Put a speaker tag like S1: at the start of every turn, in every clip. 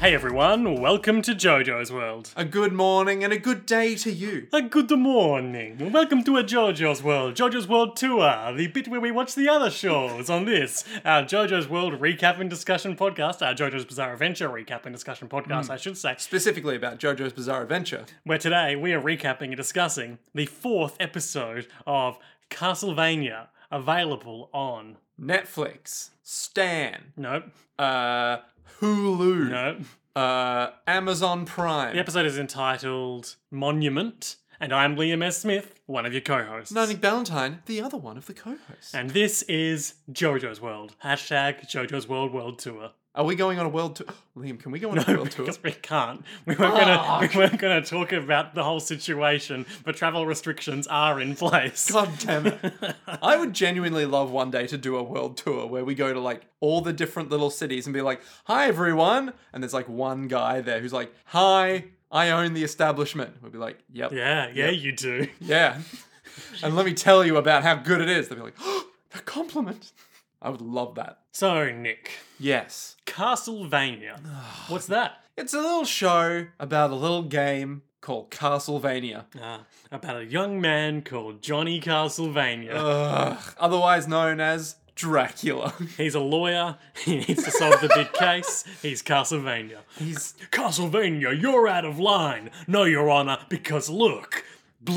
S1: Hey everyone, welcome to JoJo's World.
S2: A good morning and a good day to you.
S1: A good morning. Welcome to a JoJo's World, JoJo's World Tour, the bit where we watch the other shows on this, our JoJo's World recap and discussion podcast, our JoJo's Bizarre Adventure recap and discussion podcast, I should say,
S2: Specifically about JoJo's Bizarre Adventure.
S1: where today we are recapping and discussing the fourth episode of Castlevania, available on.
S2: Netflix, Stan,
S1: Nope,
S2: uh, Hulu,
S1: nope.
S2: uh, Amazon Prime.
S1: The episode is entitled Monument, and I'm Liam S. Smith, one of your co hosts.
S2: Nani Ballantyne, the other one of the co-hosts.
S1: And this is JoJo's World. Hashtag JoJo's World World Tour.
S2: Are we going on a world tour? Liam, can we go on a world tour? Ah.
S1: Because we can't. We weren't gonna we weren't gonna talk about the whole situation, but travel restrictions are in place.
S2: God damn it. I would genuinely love one day to do a world tour where we go to like all the different little cities and be like, hi everyone. And there's like one guy there who's like, hi, I own the establishment. We'll be like, yep.
S1: Yeah, yeah, you do.
S2: Yeah. And let me tell you about how good it is. They'd be like, oh, a compliment. I would love that.
S1: So, Nick,
S2: Yes.
S1: Castlevania. What's that?
S2: It's a little show about a little game called Castlevania.
S1: Uh, about a young man called Johnny Castlevania.
S2: Uh. Ugh. Otherwise known as Dracula.
S1: He's a lawyer. He needs to solve the big case. He's Castlevania.
S2: He's
S1: Castlevania, you're out of line. No, Your Honor, because look,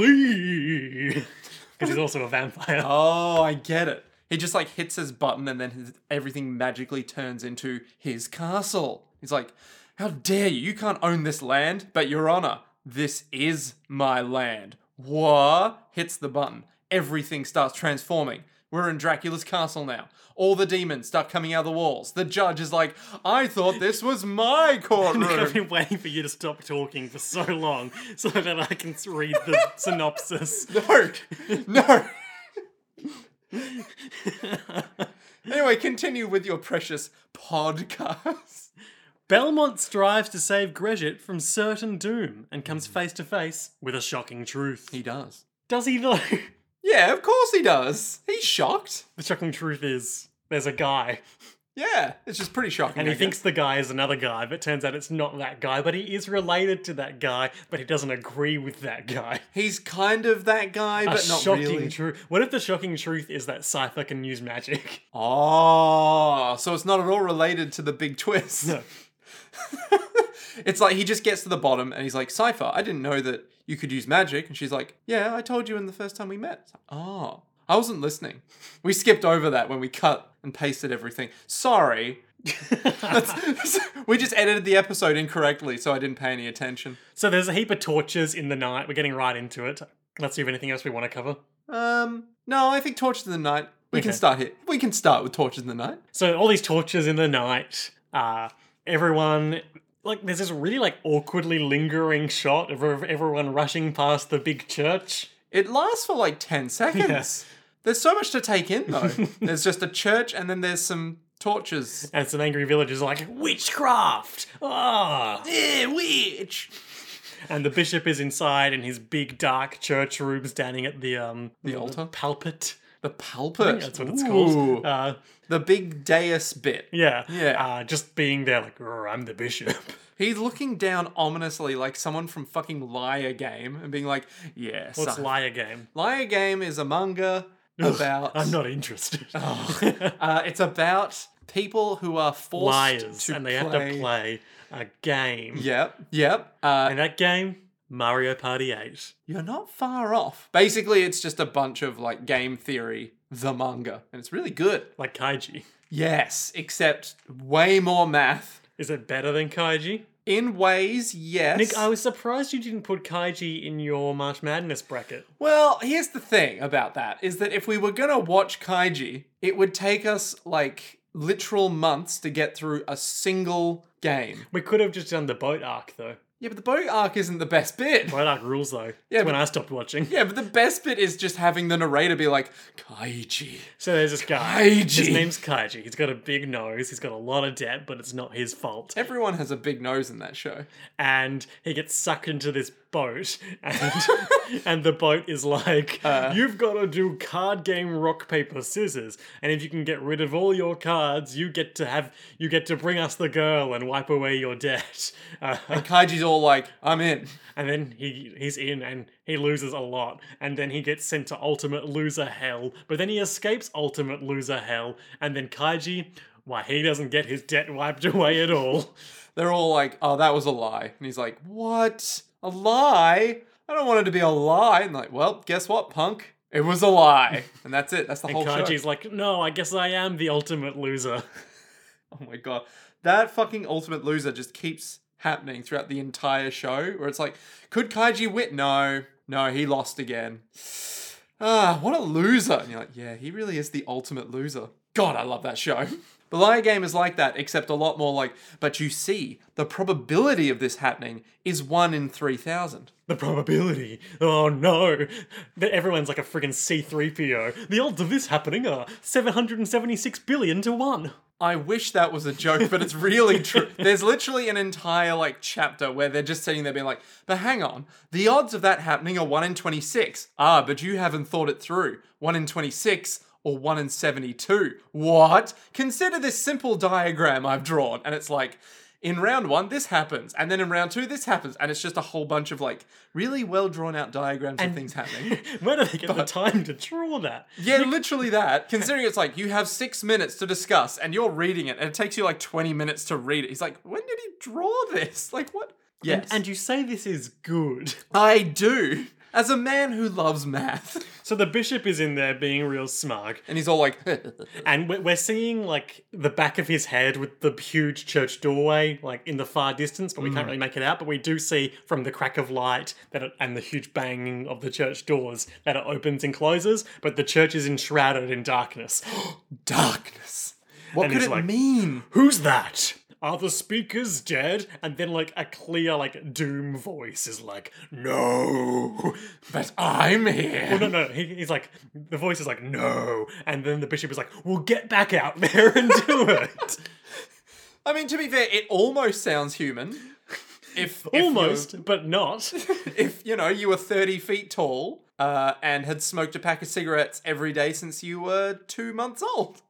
S1: bleed. Because he's also a vampire.
S2: Oh, I get it. He just like hits his button and then his, everything magically turns into his castle. He's like, How dare you? You can't own this land, but Your Honor, this is my land. What? Hits the button. Everything starts transforming. We're in Dracula's castle now. All the demons start coming out of the walls. The judge is like, I thought this was my
S1: I've
S2: courtroom.
S1: been waiting for you to stop talking for so long so that I can read the synopsis.
S2: no, no. anyway, continue with your precious podcast.
S1: Belmont strives to save Greshit from certain doom and comes face to face with a shocking truth.
S2: He does.
S1: Does he though?
S2: Yeah, of course he does. He's shocked.
S1: The shocking truth is there's a guy,
S2: Yeah, it's just pretty shocking.
S1: and
S2: I
S1: he
S2: guess.
S1: thinks the guy is another guy, but turns out it's not that guy, but he is related to that guy, but he doesn't agree with that guy.
S2: he's kind of that guy, but
S1: a
S2: not
S1: shocking
S2: really.
S1: truth. What if the shocking truth is that Cypher can use magic?
S2: oh, so it's not at all related to the big twist.
S1: No.
S2: it's like he just gets to the bottom and he's like, Cypher, I didn't know that you could use magic. And she's like, Yeah, I told you in the first time we met. It's like, oh, I wasn't listening. We skipped over that when we cut and pasted everything. Sorry. That's- we just edited the episode incorrectly, so I didn't pay any attention.
S1: So there's a heap of torches in the night. We're getting right into it. Let's see if anything else we want to cover.
S2: Um, no, I think Torches in the Night. We can
S1: Okay.
S2: start here. We can start with Torches in the Night.
S1: So all these torches in the night. Uh, everyone, like, there's this really like awkwardly lingering shot of ev- everyone rushing past the big church.
S2: It lasts for like 10 seconds.
S1: Yes.
S2: There's so much to take in, though. there's just a church and then there's some torches.
S1: And some angry villagers are like, witchcraft! Ah!
S2: Eh, witch!
S1: And the bishop is inside in his big dark church room standing at the, um... The
S2: altar?
S1: Pulpit.
S2: The pulpit.
S1: That's what it's
S2: Ooh.
S1: called. Uh,
S2: the big dais bit.
S1: yeah.
S2: Yeah.
S1: Uh, just being there like, "Grr, I'm the bishop.
S2: He's looking down ominously like someone from fucking Liar Game and being like, yes.
S1: What's
S2: I-
S1: liar game?
S2: Liar Game is a manga about.
S1: I'm not interested.
S2: Uh, it's about people who are forced
S1: Liars,
S2: to
S1: and they have to play a game.
S2: Yep, yep. Uh,
S1: And that game, Mario Party 8.
S2: You're not far off. Basically, it's just a bunch of like game theory, the manga, and it's really good.
S1: Like Kaiji.
S2: Yes, except way more math.
S1: Is it better than Kaiji?
S2: In ways, yes.
S1: Nick, I was surprised you didn't put Kaiji in your March Madness bracket.
S2: well, here's the thing about that is that if we were gonna watch Kaiji, it would take us like literal months to get through a single game.
S1: We could have just done the boat arc, though.
S2: Yeah, but the boat arc isn't the best bit.
S1: Boat arc rules, though.
S2: Yeah,
S1: It's when I stopped watching.
S2: Yeah, but the best bit is just having the narrator be like, Kaiji.
S1: So there's this guy. His
S2: Kaiji.
S1: name's Kaiji. He's got a big nose. He's got a lot of debt, but it's not his fault.
S2: Everyone has a big nose in that show.
S1: And he gets sucked into this boat, and and the boat is like,
S2: Uh.
S1: you've got to do card game rock paper scissors, and if you can get rid of all your cards, you get to have you get to bring us the girl and wipe away your debt. Uh,
S2: And Kaiji's all like, I'm in.
S1: and then he he's in and he loses a lot and then he gets sent to ultimate loser hell but then he escapes ultimate loser hell and then kaiji why he doesn't get his debt wiped away at all
S2: They're all like, oh, that was a lie. And he's like, what? A lie? I don't want it to be a lie. And like, well, guess what, punk? It was a lie. And that's it. That's the whole show.
S1: kaiji's like no i guess i am the ultimate loser
S2: Oh my god. That fucking ultimate loser just keeps happening throughout the entire show where it's like, could Kaiji win? No. No, he lost again. Ah, what a loser. And you're like, yeah, he really is the ultimate loser. God, I love that show. The Liar Game is like that, except a lot more like, but you see, the probability of this happening is 1 in 3,000.
S1: the probability oh no that everyone's like a friggin' c3po the odds of this happening are 776 billion to 1
S2: I wish that was a joke, but it's really true. There's literally an entire like chapter where they're just sitting there being like, but hang on, the odds of that happening are 1 in 26. Ah, but you haven't thought it through. 1 in 26 or 1 in 72. What? Consider this simple diagram I've drawn. And it's like, in round one, this happens. And then in round two, this happens. And it's just a whole bunch of like really well drawn out diagrams of things happening.
S1: where do they get the time to draw that
S2: Yeah, literally that. Considering it's like you have six minutes to discuss and you're reading it and it takes you like 20 minutes to read it. He's like, when did he draw this? Like, what? Yes.
S1: and you say this is good
S2: I do. As a man who loves math.
S1: So the bishop is in there being real smug,
S2: And he's all like,
S1: and we- we're seeing like the back of his head with the huge church doorway, like in the far distance, but we can't really make it out. But we do see from the crack of light that it, and the huge banging of the church doors that it opens and closes. But the church is enshrouded in darkness.
S2: darkness. What
S1: And
S2: could
S1: he's
S2: it
S1: like-
S2: mean?
S1: Who's that? Are the speakers dead? And then like a clear like doom voice is like, no.
S2: But I'm here.
S1: Well, no, no. He, he's like, the voice is like, no. And then the bishop is like, we'll get back out there and do it.
S2: I mean, to be fair, it almost sounds human. If if you-
S1: Almost, but not.
S2: if you know you were 30 feet tall uh, and had smoked a pack of cigarettes every day since you were two months old.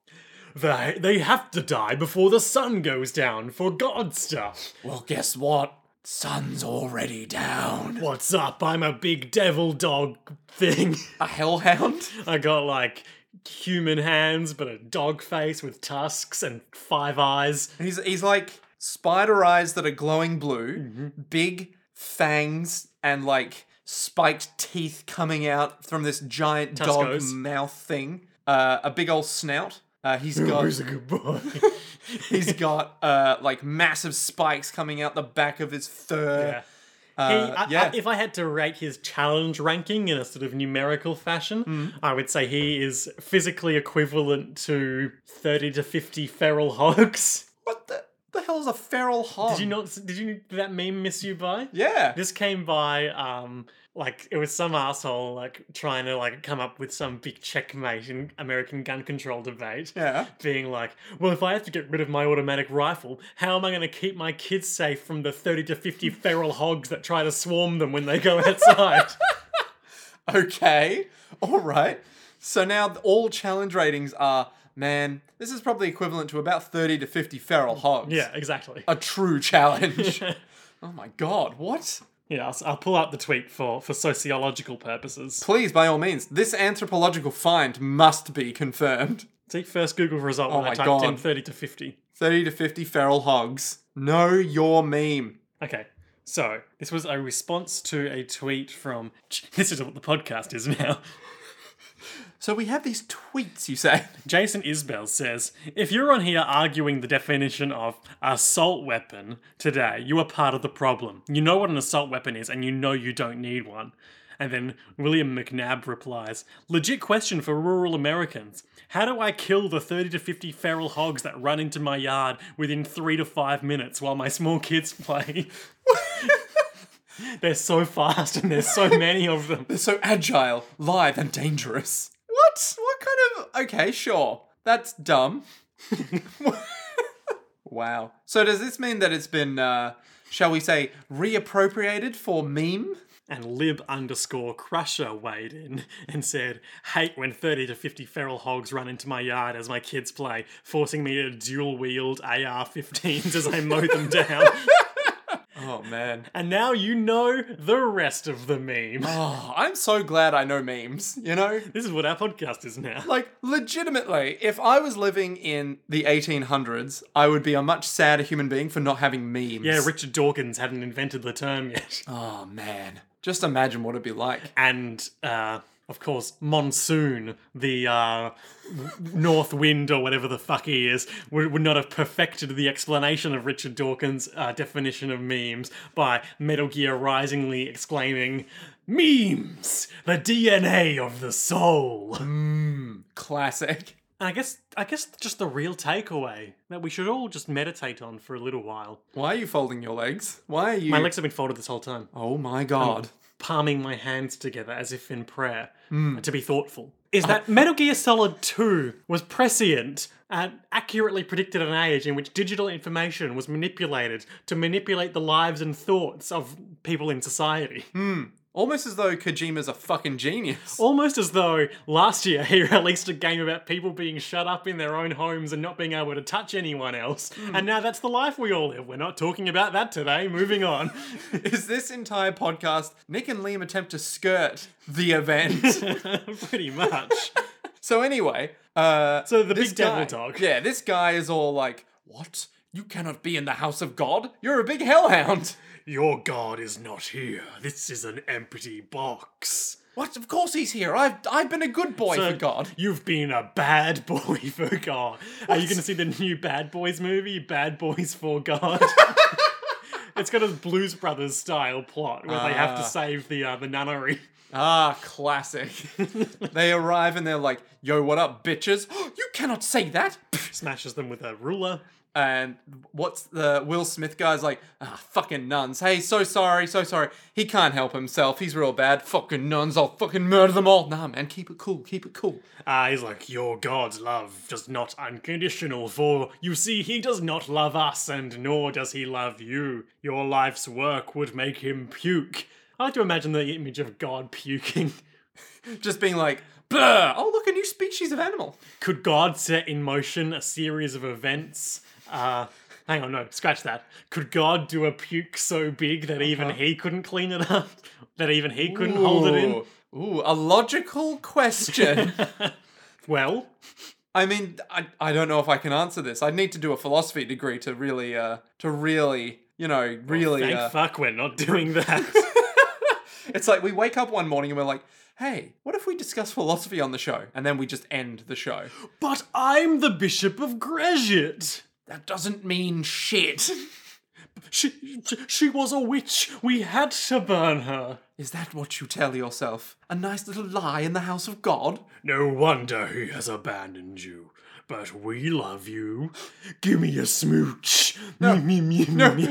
S1: they, they have to die before the sun goes down for God stuff.
S2: Well, guess what? Sun's already down.
S1: What's up? I'm a big devil dog thing.
S2: A hellhound?
S1: I got like human hands, but a dog face with tusks and five eyes.
S2: He's he's like spider eyes that are glowing blue,
S1: Mm-hmm.
S2: big fangs and like spiked teeth coming out from this giant
S1: Tuscos.
S2: dog mouth thing. Uh, a big old snout. Uh, he's got
S1: Who's a good boy?
S2: he's got uh, like massive spikes coming out the back of his fur. Uh,
S1: Yeah. He, I,
S2: yeah.
S1: I, if I had to rate his challenge ranking in a sort of numerical fashion, I would say he is physically equivalent to 30 to 50 feral hogs.
S2: What the, the hell is a feral hog?
S1: Did you not? Did you did that meme miss you by?
S2: Yeah.
S1: This came by, um, like it was some asshole like trying to like come up with some big checkmate in American gun control debate.
S2: yeah.
S1: Being like, well, if I have to get rid of my automatic rifle, how am I going to keep my kids safe from the 30 to 50 feral hogs that try to swarm them when they go outside?
S2: Okay. All right. So now th- all challenge ratings are man, this is probably equivalent to about 30 to 50 feral hogs.
S1: yeah, exactly.
S2: A true challenge. oh my god, what?
S1: Yeah, I'll, I'll pull out the tweet for, for sociological purposes.
S2: Please, by all means, this anthropological find must be confirmed.
S1: See, first Google result when I
S2: Oh my
S1: typed
S2: God.
S1: in 30 to 50.
S2: 30 to 50 feral hogs. Know your meme.
S1: Okay, so this was a response to a tweet from. This is what the podcast is now.
S2: So we have these tweets, you say.
S1: Jason Isbell says If you're on here arguing the definition of assault weapon today, you are part of the problem. You know what an assault weapon is, and you know you don't need one. And then William McNabb replies Legit question for rural Americans. How do I kill the 30 to 50 feral hogs that run into my yard within three to five minutes while my small kids play? they're so fast and there's so many of them.
S2: They're so agile, live, and dangerous. What? What kind of. Okay, sure. That's dumb. wow. So does this mean that it's been, uh, shall we say, reappropriated for meme?
S1: and lib underscore crusher weighed in and said, Hate when 30 to 50 feral hogs run into my yard as my kids play, forcing me to dual wield AR 15s as I mow them down.
S2: Oh man.
S1: and now you know the rest of the meme.
S2: Oh, I'm so glad I know memes, you know?
S1: This is what our podcast is now.
S2: Like, legitimately, if I was living in the 1800s, I would be a much sadder human being for not having memes.
S1: Yeah, Richard Dawkins hadn't invented the term yet.
S2: Oh, man. Just imagine what it'd be like.
S1: and uh, of course monsoon the uh, north wind or whatever the fuck he is would, would not have perfected the explanation of richard dawkins uh, definition of memes by metal gear risingly exclaiming memes the dna of the soul and
S2: Classic.
S1: i guess i guess just the real takeaway that we should all just meditate on for a little while
S2: Why are you folding your legs? Why are you.
S1: my legs have been folded this whole time
S2: Oh my god.
S1: palming my hands together as if in prayer
S2: Hmm.
S1: to be thoughtful is
S2: Oh.
S1: that Metal Gear Solid 2 was prescient and accurately predicted an age in which digital information was manipulated to manipulate the lives and thoughts of people in society.
S2: Hmm. Almost as though Kojima's a fucking genius.
S1: Almost as though last year he released a game about people being shut up in their own homes and not being able to touch anyone else.
S2: Hmm.
S1: And now that's the life we all live. We're not talking about that today. Moving on.
S2: Is this entire podcast Nick and Liam attempt to skirt the event?
S1: Pretty much.
S2: so, anyway, uh,
S1: So the
S2: this
S1: big devil
S2: guy-
S1: dog.
S2: Yeah, this guy is all like, What? You cannot be in the house of God? You're a big hellhound.
S1: Your God is not here. This is an empty box.
S2: What? Of course he's here. I've I've been a good boy
S1: So
S2: for God.
S1: You've been a bad boy for God. Are you going to see the new Bad Boys movie, Bad Boys for God? it's got a Blues Brothers style plot where they have to
S2: Ah.
S1: save the uh, the nunnery.
S2: Ah, classic. they arrive and they're like, "Yo, what up, bitches? you cannot say that."
S1: Smashes them with a ruler.
S2: And what's the Will Smith guy's like? Ah, fucking nuns. Hey, so sorry, so sorry. He can't help himself. He's real bad. Fucking nuns. I'll fucking murder them all. Nah, man. Keep it cool. Keep it cool.
S1: Ah, he's like, Your God's love does not unconditional, for you see, he does not love us, and nor does he love you. Your life's work would make him puke. I like to imagine the image of God puking.
S2: Just being like, "Bleh." Oh, look, a new species of animal.
S1: Could God set in motion a series of events? Uh, hang on, no, scratch that. Could God do a puke so big that even he couldn't clean it up? That even he couldn't hold it in?
S2: Ooh, Ooh, a logical question.
S1: Well,
S2: I mean, I, I don't know if I can answer this. I'd need to do a philosophy degree to really, uh, to really, you know, really.
S1: thank
S2: uh,
S1: fuck we're not doing that.
S2: it's like we wake up one morning and we're like, hey, what if we discuss philosophy on the show? And then we just end the show.
S1: but I'm the Bishop of Greshit.
S2: That doesn't mean shit.
S1: She, she, she was a witch. We had to burn her.
S2: Is that what you tell yourself? A nice little lie in the house of God?
S1: No wonder he has abandoned you. But we love you. Give me a smooch. No,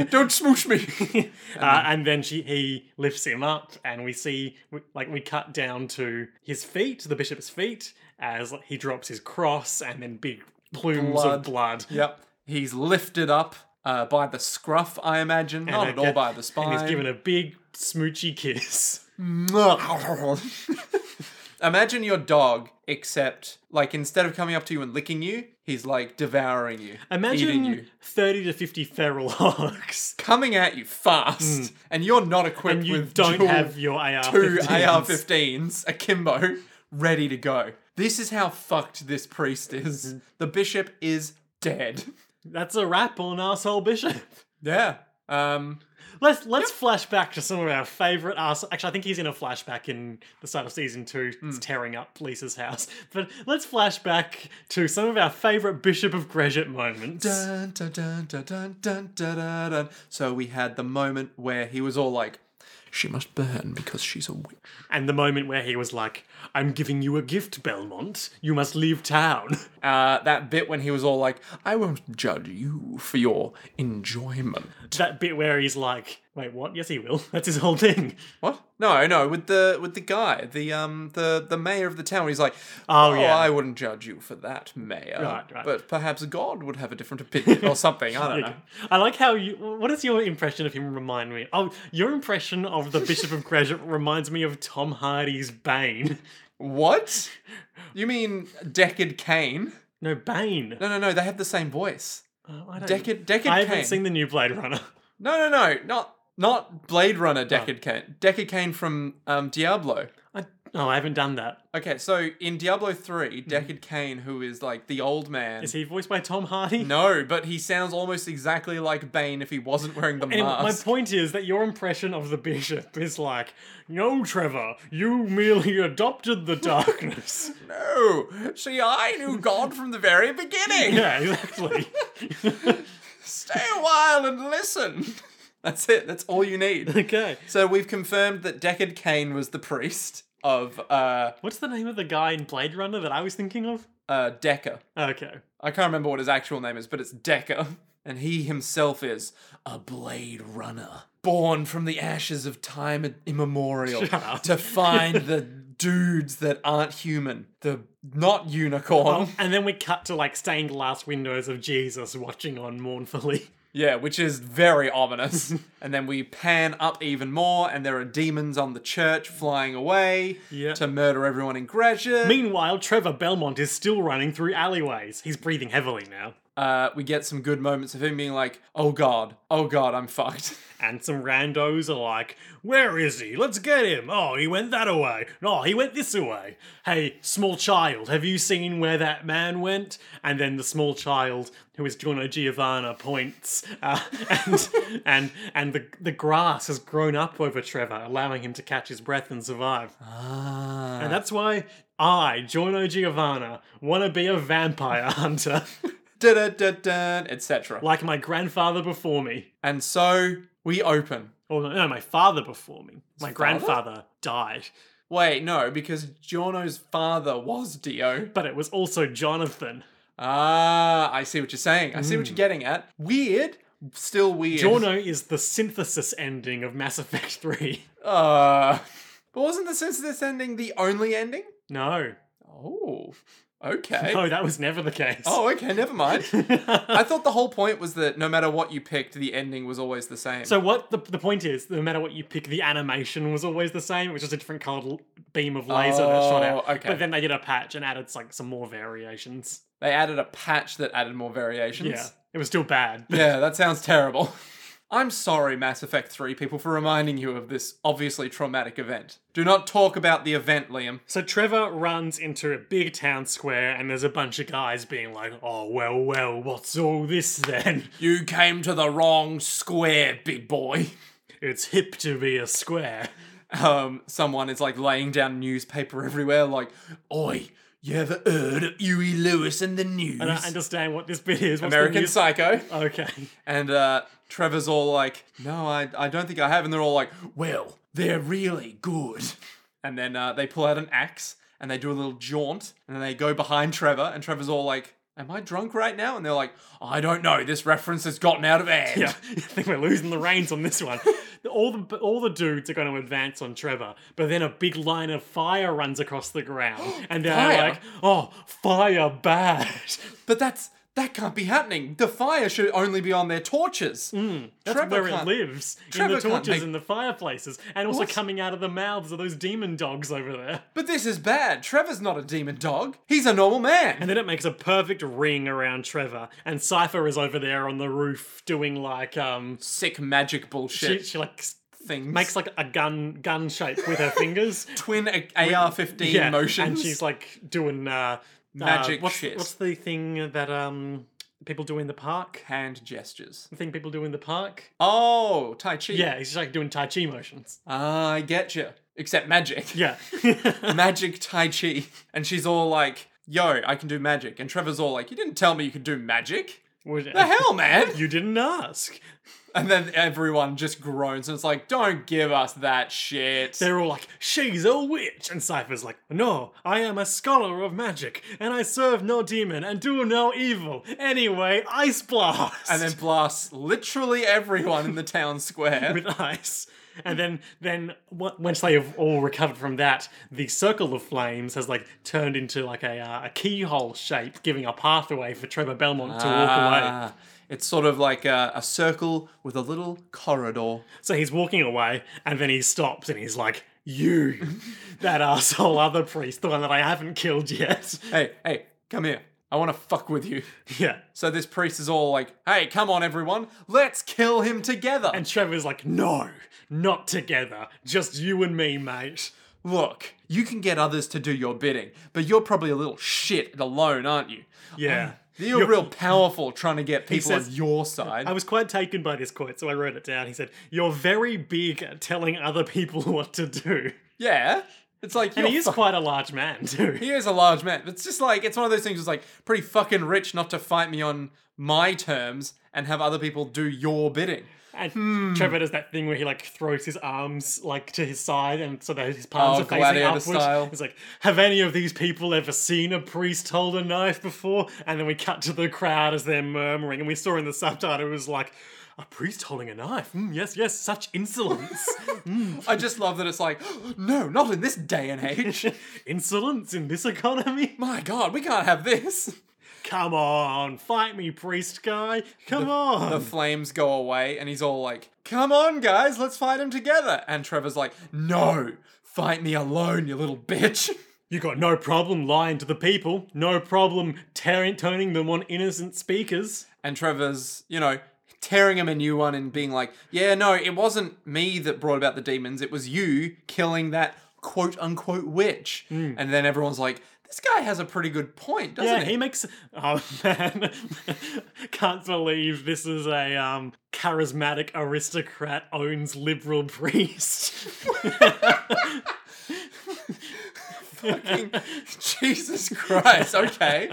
S2: don't smooch me.
S1: Uh, and then she he lifts him up, and we see we- like we cut down to his feet, the bishop's feet, as he drops his cross, and then big plumes of
S2: Blood.
S1: blood.
S2: yep. He's lifted up uh, by the scruff, I imagine. Not at all by the spine.
S1: uh, And he's given a big smoochy kiss.
S2: Imagine your dog, except like instead of coming up to you and licking you, he's like devouring you, eating you,
S1: Imagine thirty to fifty feral hogs,
S2: coming at you fast, and you're not equipped
S1: Hmm. and you
S2: with
S1: don't
S2: dual-
S1: have your AR
S2: two AR-15s akimbo, ready to go. This is how fucked this priest is. The bishop is dead.
S1: That's a wrap on asshole bishop.
S2: Yeah. Um.
S1: Let's let's flash back to some of our favorite arse. Actually, I think he's in a flashback in the start of season two, it's tearing up Lisa's house. But let's flash back to some of our favorite Bishop of Gresham moments.
S2: Dun, dun, dun, dun, dun, dun, dun, dun, dun. So we had the moment where he was all like, "She must burn because she's a witch."
S1: And the moment where he was like, "I'm giving you a gift, Belmont. You must leave town."
S2: Uh, that bit when he was all like, I won't judge you for your enjoyment.
S1: that bit where he's like, Wait, what? Yes, he will. That's his whole thing.
S2: What? No, no, with the with the guy, the um the the mayor of the town. He's like,
S1: Oh, yeah.
S2: I wouldn't judge you for that, mayor.
S1: Right, right.
S2: But perhaps God would have a different opinion or something. I don't know.
S1: I like how you. What is your impression of him? Remind me. Oh, your impression of the Bishop of Gresham reminds me of Tom Hardy's Bane.
S2: What? You mean Deckard Cain?
S1: No, Bane.
S2: No, no, no. They have the same voice.
S1: Oh, I don't.
S2: Deckard Deckard
S1: I
S2: Cain.
S1: haven't seen the new Blade Runner.
S2: No, no, no. Not not Blade
S1: Oh.
S2: Runner. Deckard Cain. Deckard Cain from um, Diablo.
S1: I, no, I haven't done that.
S2: Okay, so in Diablo three, Deckard Cain, who is like the old man.
S1: Hmm. Is he voiced by Tom Hardy?
S2: No, but he sounds almost exactly like Bane if he wasn't wearing the
S1: Anyway, my
S2: mask.
S1: point is that your impression of the bishop is like, no, Trevor, you merely adopted the darkness.
S2: no, see, I knew God from the very beginning.
S1: yeah, exactly.
S2: Stay a while and listen. That's it. That's all you need.
S1: okay.
S2: So we've confirmed that Deckard Cain was the priest of uh,
S1: What's the name of the guy in Blade Runner that I was thinking of?
S2: uh, Decker.
S1: Okay.
S2: I can't remember what his actual name is, but it's Decker. And he himself is a Blade Runner, born from the ashes of time immemorial
S1: Shut up.
S2: to find the dudes that aren't human, the not unicorn.
S1: Um, And then we cut to like stained glass windows of Jesus watching on mournfully.
S2: Yeah, which is very ominous. and then we pan up even more, and there are demons on the church flying away
S1: Yeah.
S2: to murder everyone in Gresham.
S1: Meanwhile, Trevor Belmont is still running through alleyways. He's breathing heavily now.
S2: uh, we get some good moments of him being like, oh god, oh god, I'm fucked.
S1: And some randos are like, Where is he? Let's get him. Oh, he went that away. No, he went this away. Hey, small child, have you seen where that man went? And then the small child, who is Giorno Giovanna, points. Uh, and and, and the, the grass has grown up over Trevor, allowing him to catch his breath and survive.
S2: Ah.
S1: And that's why I, Giorno Giovanna, want to be a vampire hunter,
S2: da-da-da-da, etc.
S1: like my grandfather before me.
S2: And so we open.
S1: Or no, no, my father before me. My
S2: father?
S1: grandfather died,
S2: Wait, no, because Giorno's father was Dio.
S1: but it was also Jonathan.
S2: Ah, I see what you're saying. I see what you're getting at. Weird, still weird.
S1: Hmm. Giorno is the synthesis ending of Mass Effect 3.
S2: Uh, but wasn't the sense of this ending the only ending?
S1: No.
S2: Oh, okay.
S1: No, that was never the case.
S2: Oh, okay, never mind. I thought the whole point was that no matter what you picked, the ending was always the same.
S1: So what the, the point is, no matter what you pick, the animation was always the same. It was just a different colored l- beam of laser that shot out.
S2: Oh, okay.
S1: But then they did a patch and added like some more variations.
S2: they added a patch that added more variations.
S1: Yeah, it was still bad.
S2: Yeah, that sounds terrible. I'm sorry, Mass Effect 3 people, for reminding you of this obviously traumatic event. Do not talk about the event, Liam.
S1: So Trevor runs into a big town square, and there's a bunch of guys being like, "Oh well, well, what's all this then?
S2: You came to the wrong square, big boy.
S1: It's hip to be a square."
S2: Um, someone is like laying down newspaper everywhere, like, Oi, you ever heard of Huey Lewis and the news?
S1: I don't understand what this bit is. What's the
S2: American
S1: news-
S2: Psycho.
S1: Okay.
S2: And uh, Trevor's all like, No, I, I don't think I have. And they're all like, Well, they're really good. And then uh, they pull out an axe and they do a little jaunt and then they go behind Trevor. And Trevor's all like, Am I drunk right now? And they're like, I don't know. This reference has gotten out of hand.
S1: Yeah, I think we're losing the reins on this one. All the all the dudes are going to advance on Trevor, but then a big line of fire runs across the ground, and they're
S2: Fire?
S1: like, "Oh, fire bad!"
S2: But that's that can't be happening. The fire should only be on their torches.
S1: Mm, That's
S2: Trevor
S1: where it
S2: can't-
S1: lives in
S2: Trevor
S1: the
S2: can't
S1: torches
S2: make-
S1: and the fireplaces, and also
S2: What?
S1: coming out of the mouths of those demon dogs over there.
S2: But this is bad. Trevor's not a demon dog. He's a normal man.
S1: And then it makes a perfect ring around Trevor, and Cipher is over there on the roof doing like um,
S2: Sick magic
S1: she,
S2: bullshit
S1: she like s-
S2: things.
S1: makes like a gun gun shape with her fingers,
S2: twin AR-15 motions.
S1: And she's like doing uh, uh,
S2: Magic
S1: what's,
S2: shit.
S1: What's the thing that um people do in the park?
S2: hand gestures.
S1: The thing people do in the park?
S2: Oh, Tai Chi. Ah,
S1: Yeah, it's just like doing Tai Chi motions.
S2: I get you. Except magic.
S1: Yeah.
S2: magic Tai Chi. And she's all like, yo, I can do magic. And Trevor's all like, you didn't tell me you could do magic.
S1: Would-
S2: The hell, man?
S1: You didn't ask.
S2: And then everyone just groans and it's like, don't give us that shit.
S1: They're all like, she's a witch. And Cypher's like, no, I am a scholar of magic, and I serve no demon and do no evil. Anyway, ice blast.
S2: and then blasts literally everyone in the town square.
S1: with ice. And then, then w- once they have all recovered from that, the circle of flames has like turned into like a, uh, a keyhole shape, giving a pathway for Trevor Belmont to walk away.
S2: Ah, It's sort of like a, a circle with a little corridor.
S1: So he's walking away, and then he stops and he's like, "You, that asshole other priest, the one that I haven't killed yet."
S2: Hey, hey, come here. I want to fuck with you.
S1: Yeah.
S2: So this priest is all like, hey, come on, everyone. Let's kill him together.
S1: And Trevor's like, "No, not together. Just you and me, mate."
S2: Look, you can get others to do your bidding, but you're probably a little shit alone, aren't you?
S1: Yeah.
S2: You're, real powerful trying to get people
S1: says-
S2: on your side.
S1: I was quite taken by this quote, so I wrote it down. He said, "You're very big at telling other people what to do."
S2: yeah. It's like
S1: And
S2: you're
S1: he is
S2: fu-
S1: quite a large man too.
S2: he is a large man. It's just like it's one of those things that's like pretty fucking rich not to fight me on my terms and have other people do your bidding.
S1: And
S2: Hmm.
S1: Trevor does that thing where he like throws his arms like to his side, and so that his palms
S2: Oh,
S1: are facing
S2: gladiator
S1: upwards.
S2: style.
S1: He's like, "Have any of these people ever seen a priest hold a knife before?" And then we cut to the crowd as they're murmuring, and we saw in the subtitle it was like, "A priest holding a knife? Mm, yes, yes, such insolence,
S2: I just love that it's like, no, not in this day and age.
S1: insolence in this economy."
S2: My god, we can't have this.
S1: Come on, fight me, priest guy. Come on.
S2: The flames go away, and he's all like, Come on, guys, let's fight him together. And Trevor's like, No, fight me alone, you little bitch.
S1: You got no problem lying to the people, no problem tearing, turning them on innocent speakers.
S2: And Trevor's, you know, tearing him a new one and being like, Yeah, no, it wasn't me that brought about the demons, it was you killing that quote unquote witch. And then everyone's like, This guy has a pretty good point, doesn't
S1: Yeah,
S2: he?
S1: he makes. Oh man, can't believe this is a um, charismatic aristocrat owns liberal priest.
S2: Fucking Jesus Christ, okay.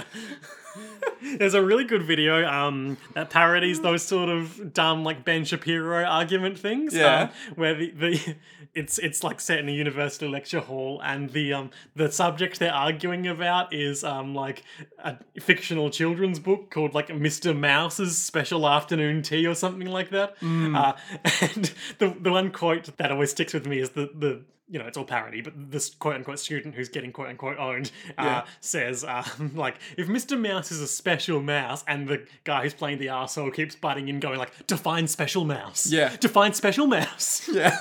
S1: There's a really good video um, that parodies those sort of dumb like Ben Shapiro argument things.
S2: Yeah.
S1: um, where the, the it's it's like set in a university lecture hall, and the um the subject they're arguing about is um like a fictional children's book called like Mr. Mouse's Special Afternoon Tea or something like that.
S2: Mm.
S1: Uh, and the the one quote that always sticks with me is the the. You know, it's all parody, but this quote unquote student who's getting quote unquote owned uh,
S2: Yeah.
S1: says, um, like, if Mr. Mouse is a special mouse, and the guy who's playing the asshole keeps butting in, going, like, define special mouse.
S2: Yeah.
S1: Define special mouse.
S2: Yeah.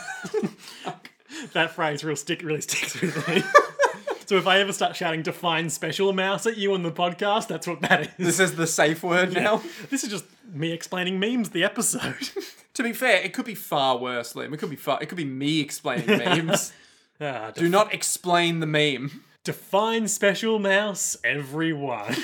S1: that phrase real stick really sticks with me. so if I ever start shouting define special mouse at you on the podcast, that's what that is.
S2: This is the safe word now.
S1: This is just me explaining memes the episode.
S2: To be fair, it could be far worse, Liam. It could be far. It could be me explaining memes.
S1: Ah,
S2: Do not explain the meme.
S1: define special mouse, everyone.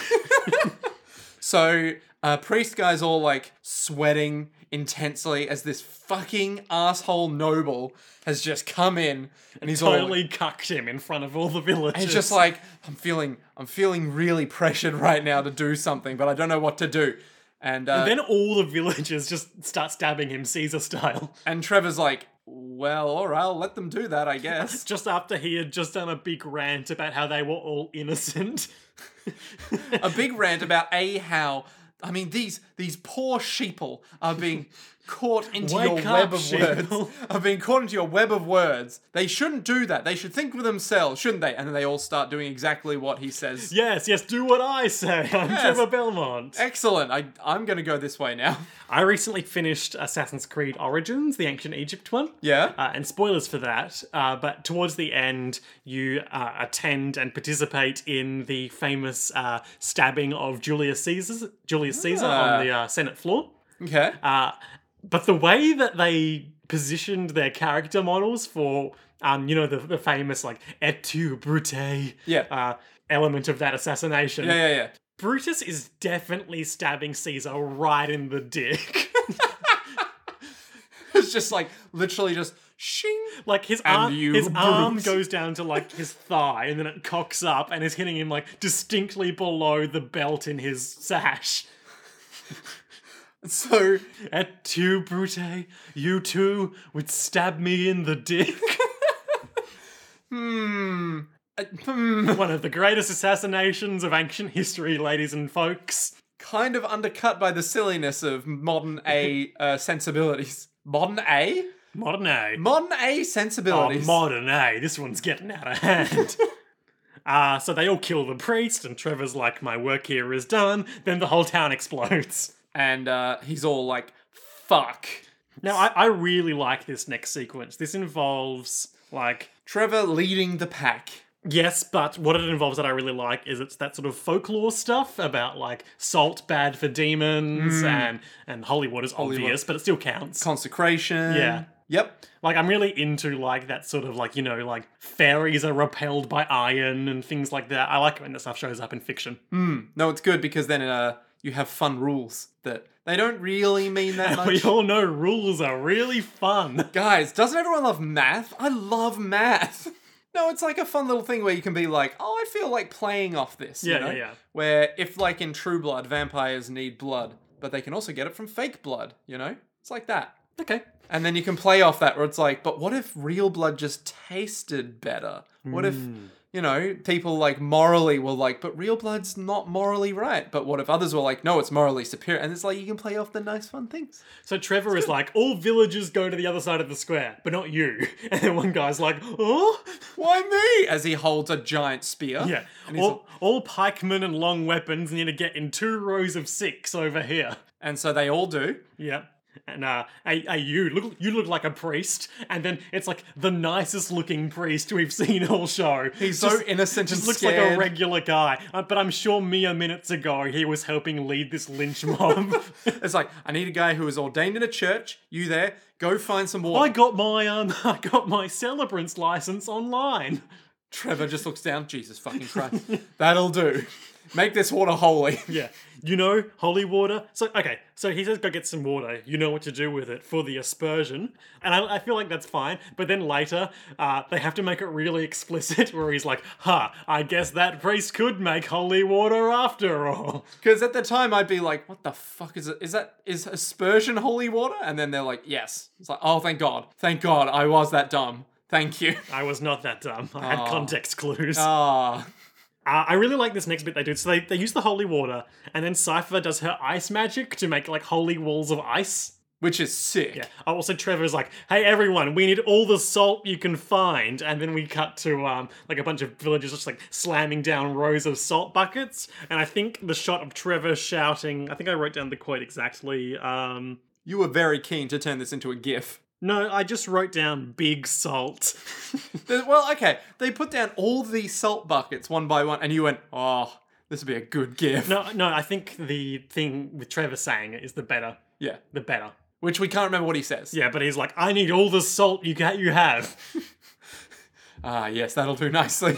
S2: So, uh, priest guy's all like sweating intensely as this fucking asshole noble has just come in, and he's all
S1: totally cucked him in front of all the villagers.
S2: It's just like I'm feeling. I'm feeling really pressured right now to do something, but I don't know what to do. And uh,
S1: then all the villagers just start stabbing him Caesar style.
S2: and Trevor's like, well, all right, I'll let them do that, I guess.
S1: Just after he had just done a big rant about how they were all innocent.
S2: a big rant about a how I mean these these poor sheeple are being caught into
S1: Wake
S2: your
S1: up,
S2: web of
S1: sheeple.
S2: words. Are being caught into your web of words. They shouldn't do that. They should think for themselves, shouldn't they? And then they all start doing exactly what he says.
S1: yes, yes, do what I say. I'm Trevor Belmont.
S2: Excellent. I I'm gonna go this way now.
S1: I recently finished Assassin's Creed Origins, the ancient Egypt one.
S2: Yeah.
S1: Uh, and spoilers for that, uh, but towards the end, you uh, attend and participate in the famous uh, stabbing of Julius Caesar, Julius Caesar
S2: Ah.
S1: on the uh, Senate floor.
S2: okay.
S1: Uh, but the way that they positioned their character models for, um, you know, the, the famous like et tu, Brute
S2: Yeah.
S1: uh, element of that assassination,
S2: yeah. Yeah. Yeah.
S1: Brutus is definitely stabbing Caesar right in the dick.
S2: It's just like literally just shing.
S1: Like his arm,
S2: you,
S1: his arm
S2: Bruce.
S1: goes down to like his thigh, and then it cocks up and is hitting him like distinctly below the belt in his sash.
S2: So
S1: Et tu, Brute, you too would stab me in the dick.
S2: hmm. uh, hmm.
S1: One of the greatest assassinations of ancient history, ladies and folks.
S2: kind of undercut by the silliness of modern A uh, sensibilities. Modern A?
S1: Modern A.
S2: Modern A
S1: Oh,
S2: sensibilities.
S1: modern A. This one's getting out of hand. Uh, so they all kill the priest, and Trevor's like, My work here is done. Then the whole town explodes.
S2: and uh, he's all like, fuck.
S1: Now, I, I really like this next sequence. This involves, like,
S2: Trevor leading the pack.
S1: Yes, but what it involves that I really like is it's that sort of folklore stuff about like salt bad for demons and and holy water's obvious, but it still counts.
S2: Consecration.
S1: Yeah.
S2: Yep.
S1: like I'm really into like that sort of like you know like fairies are repelled by iron and things like that. I like it when that stuff shows up in fiction.
S2: Hmm. No, it's good because then uh, you have fun rules that they don't really mean that
S1: We
S2: much.
S1: all know rules are really fun.
S2: Guys, doesn't everyone love math? I love math. No, it's like a fun little thing where you can be like, oh, I feel like playing off this. you
S1: Yeah,
S2: know?
S1: yeah, yeah.
S2: Where if, like in True Blood, vampires need blood, but they can also get it from fake blood, you know? It's like that.
S1: Okay.
S2: And then you can play off that where it's like, but what if real blood just tasted better?
S1: Hmm.
S2: What if, you know, people like morally were like, but real blood's not morally right. But what if others were like, no, it's morally superior? And it's like, you can play off the nice, fun things.
S1: So Trevor is like, all villagers go to the other side of the square, but not you. And then one guy's like, oh,
S2: Why me? As he holds a giant spear.
S1: Yeah.
S2: And, he's
S1: All, all pikemen and long weapons need to get in two rows of six over here.
S2: and so they all do.
S1: Yeah. And uh, hey, hey, you look, you look like a priest, and then it's like the nicest looking priest we've seen all show.
S2: He's so innocent and
S1: just looks like a
S2: scared.
S1: regular guy. Uh, but I'm sure mere minutes ago he was helping lead this lynch mob.
S2: It's like, I need a guy who is ordained in a church. You there? Go find some water.
S1: I got my um, I got my celebrant's license online.
S2: Trevor just looks down. Jesus fucking Christ. That'll do. Make this water holy.
S1: Yeah. You know, holy water. So, okay, so he says go get some water. You know what to do with it for the aspersion. And I, I feel like that's fine. But then later, uh, they have to make it really explicit where he's like, huh, I guess that priest could make holy water after all.
S2: Because at the time I'd be like, what the fuck is it? Is that is aspersion holy water? And then they're like, yes. It's like, oh thank God. Thank God I was that dumb. Thank you.
S1: I was not that dumb. I had context clues.
S2: Ah.
S1: Uh, I really like this next bit they do. So they, they use the holy water, and then Cypher does her ice magic to make like holy walls of ice.
S2: Which is sick.
S1: Yeah. Oh, Also, Trevor's like, "Hey, everyone, we need all the salt you can find," and then we cut to um, like a bunch of villagers just like slamming down rows of salt buckets. And I think the shot of Trevor shouting, I think I wrote down the quote exactly. Um,
S2: You were very keen to turn this into a gif.
S1: no, I just wrote down "big salt."
S2: They- well, okay. They put down all the salt buckets one by one and you went, oh, this would be a good gif.
S1: no, no, I think the thing with Trevor saying it is the better,
S2: Yeah.
S1: the better.
S2: Which we can't remember what he says.
S1: Yeah, but he's like, "I need all the salt you ca- you have."
S2: Ah, yes, that'll do nicely.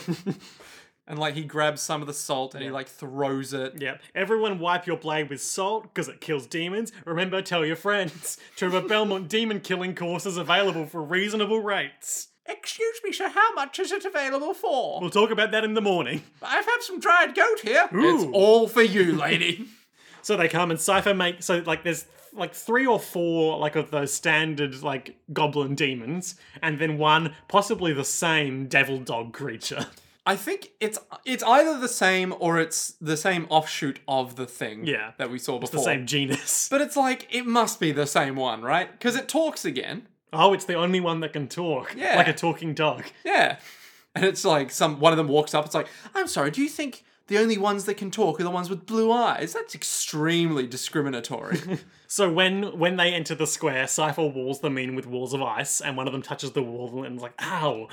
S2: and like he grabs some of the salt and he like throws it.
S1: Yep. Everyone wipe your blade with salt because it kills demons. Remember, tell your friends. Trevor Belmont demon killing course is available for reasonable rates.
S2: Excuse me, sir, how much is it available for?
S1: We'll talk about that in the morning.
S2: I've had some dried goat here. It's
S1: Ooh.
S2: all for you, lady.
S1: So they come and Cypher make so like there's like three or four like of those standard like goblin demons, and then one possibly the same devil dog creature.
S2: I think it's it's either the same or it's the same offshoot of the thing
S1: Yeah.
S2: that we saw before.
S1: The same genus.
S2: But it's like it must be the same one, right? Because it talks again.
S1: Oh, it's the only one that can talk.
S2: Yeah.
S1: Like a talking dog.
S2: Yeah. And it's like some one of them walks up, it's like, I'm sorry, do you think the only ones that can talk are the ones with blue eyes? That's extremely discriminatory.
S1: So when when they enter the square, Cypher walls them in with walls of ice, and one of them touches the wall and is like, ow.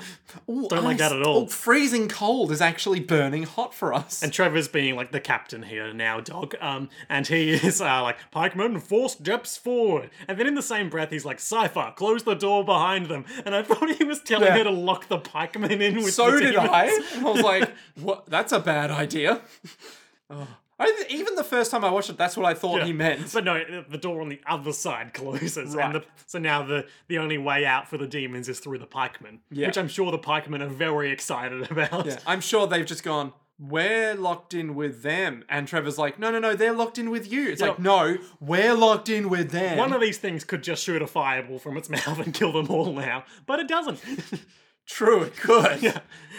S2: Ooh,
S1: Don't like that
S2: ice-
S1: at all.
S2: oh, freezing cold is actually burning hot for us.
S1: And Trevor's being like the captain here now, dog. Um, and he is uh, like, Pikeman, four steps forward. And then in the same breath, he's like, Cypher, close the door behind them. And I thought he was telling
S2: Yeah.
S1: her to lock the pikemen in with
S2: so
S1: the
S2: did
S1: demons.
S2: I. And I was like, "What? That's a bad idea." Oh. I, th- even the first time I watched it, that's what I thought he meant.
S1: But no, the door on the other side closes,
S2: Right.
S1: and the, so now the, the only way out for the demons is through the pikemen,
S2: Yeah.
S1: which I'm sure the pikemen are very excited about.
S2: Yeah, I'm sure they've just gone. we're locked in with them. And Trevor's like, no, no, no, they're locked in with you. It's
S1: Yep.
S2: like, no, we're locked in with them.
S1: One of these things could just shoot a fireball from its mouth and kill them all now, but it doesn't.
S2: True, it could.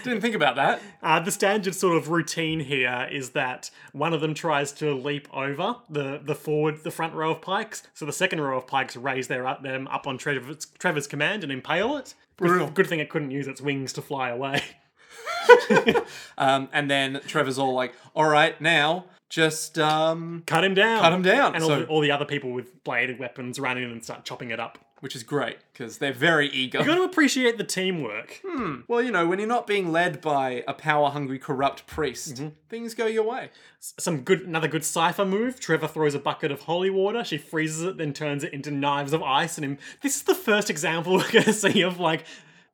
S2: Didn't think about that.
S1: Uh, the standard sort of routine here is that one of them tries to leap over the, the forward, the front row of pikes. So the second row of pikes raise their up, them up on Trevor's, Trevor's command and impale it.
S2: Brutal.
S1: Good, good thing it couldn't use its wings to fly away.
S2: Um, and then Trevor's all like, all right, now just um,
S1: Cut him down.
S2: cut him down.
S1: And all,
S2: so,
S1: the, all the other people with bladed weapons run in and start chopping it up.
S2: which is great because they're very eager.
S1: You got to appreciate the teamwork.
S2: Well, you know, when you're not being led by a power hungry, corrupt priest, things go your way.
S1: Some good, another good cipher move. Trevor throws a bucket of holy water. She freezes it, then turns it into knives of ice. And him, this is the first example we're going to see of like,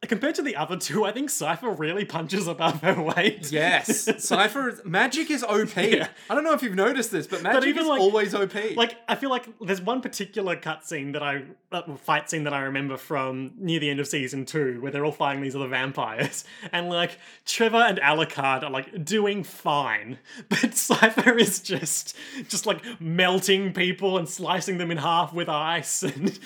S1: compared to the other two, I think Cipher really punches above her weight.
S2: Yes, Cipher is- magic is OP. I don't know if you've noticed this, but magic
S1: even,
S2: is
S1: like-
S2: always OP.
S1: Like I feel like there's one particular cutscene that I uh, fight scene that I remember from near the end of season two, where they're all fighting these other vampires, and like Trevor and Alucard are like doing fine, but Cipher is just just like melting people and slicing them in half with ice, and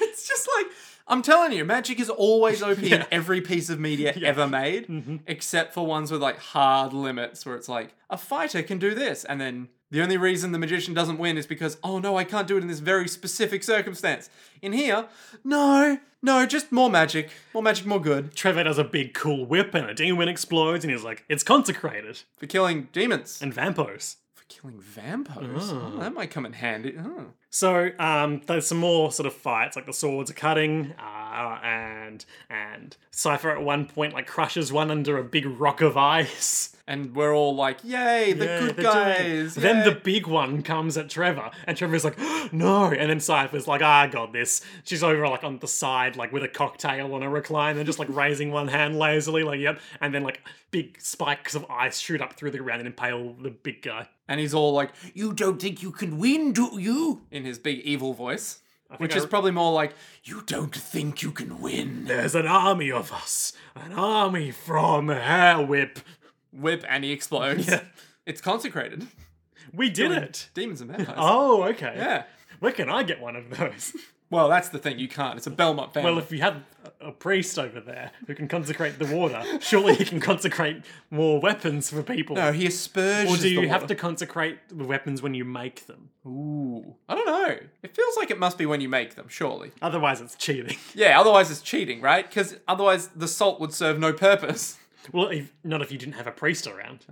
S2: it's just like I'm telling you, magic is always OP in every piece of media ever made,
S1: Mm-hmm.
S2: except for ones with like hard limits where it's like a fighter can do this, and then the only reason the magician doesn't win is because oh no, I can't do it in this very specific circumstance. In here, no, no, just more magic, more magic, more good.
S1: Trevor does a big cool whip, and a demon explodes, and he's like, "It's consecrated,"
S2: for killing demons
S1: and vampos.
S2: for killing vampires. Oh, that might come in handy. Oh.
S1: So um, there's some more sort of fights, like the swords are cutting, uh, and and Cipher at one point like crushes one under a big rock of ice.
S2: And we're all like, "Yay, the
S1: Yeah,
S2: good
S1: they're doing it.
S2: guys!"
S1: Then
S2: yay."
S1: the big one comes at Trevor, and Trevor's like, "No!" And then Cipher's like, "Ah, got this." She's over like on the side, like with a cocktail on a recliner, just like raising one hand lazily, like, "Yep." And then like big spikes of ice shoot up through the ground and impale the big guy.
S2: and he's all like, "You don't think you can win, do you?" In his big evil voice, which
S1: I-
S2: is probably more like, "You don't think you can win."
S1: There's an army of us, an army from Hair Whip.
S2: Whip, and he explodes. It's consecrated.
S1: We did it.
S2: Demons and vampires.
S1: Oh, okay.
S2: Yeah.
S1: Where can I get one of those?
S2: Well, that's the thing. You can't. It's a Belmont family.
S1: well, if you have a a priest over there who can consecrate the water, surely he can consecrate more weapons for people.
S2: no, he asperges.
S1: or do you
S2: the
S1: have
S2: water.
S1: to consecrate the weapons when you make them?
S2: Ooh, I don't know. It feels like it must be when you make them. Surely.
S1: Otherwise, it's cheating.
S2: Yeah, otherwise it's cheating, right? Because otherwise the salt would serve no purpose.
S1: well, if, not if you didn't have a priest around.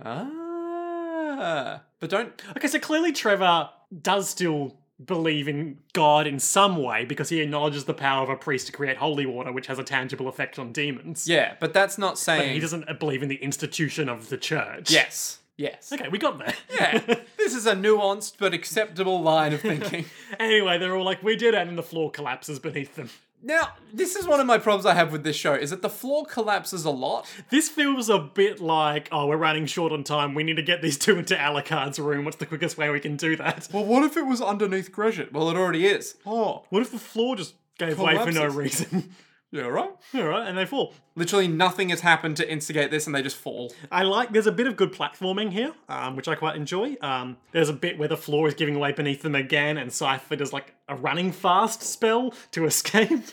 S2: Ah, but don't.
S1: Okay, so clearly Trevor does still believe in God in some way because he acknowledges the power of a priest to create holy water, which has a tangible effect on demons.
S2: Yeah, but that's not saying.
S1: He doesn't uh, believe in the institution of the church.
S2: Yes. Yes.
S1: Okay, we got there.
S2: Yeah. this is a nuanced but acceptable line of thinking.
S1: Anyway, they're all like, we did it, and the floor collapses beneath them.
S2: now, this is one of my problems I have with this show: is that the floor collapses a lot.
S1: This feels a bit like, oh, we're running short on time. We need to get these two into Alucard's room. What's the quickest way we can do that?
S2: Well, what if it was underneath Gresham? Well, it already is. Oh,
S1: What if the floor just gave way for no reason?
S2: yeah, right.
S1: all right, and they fall.
S2: Literally nothing has happened to instigate this, and they just fall.
S1: I like, there's a bit of good platforming here, um, which I quite enjoy. Um, there's a bit where the floor is giving way beneath them again, and Cypher does like a running fast spell to escape.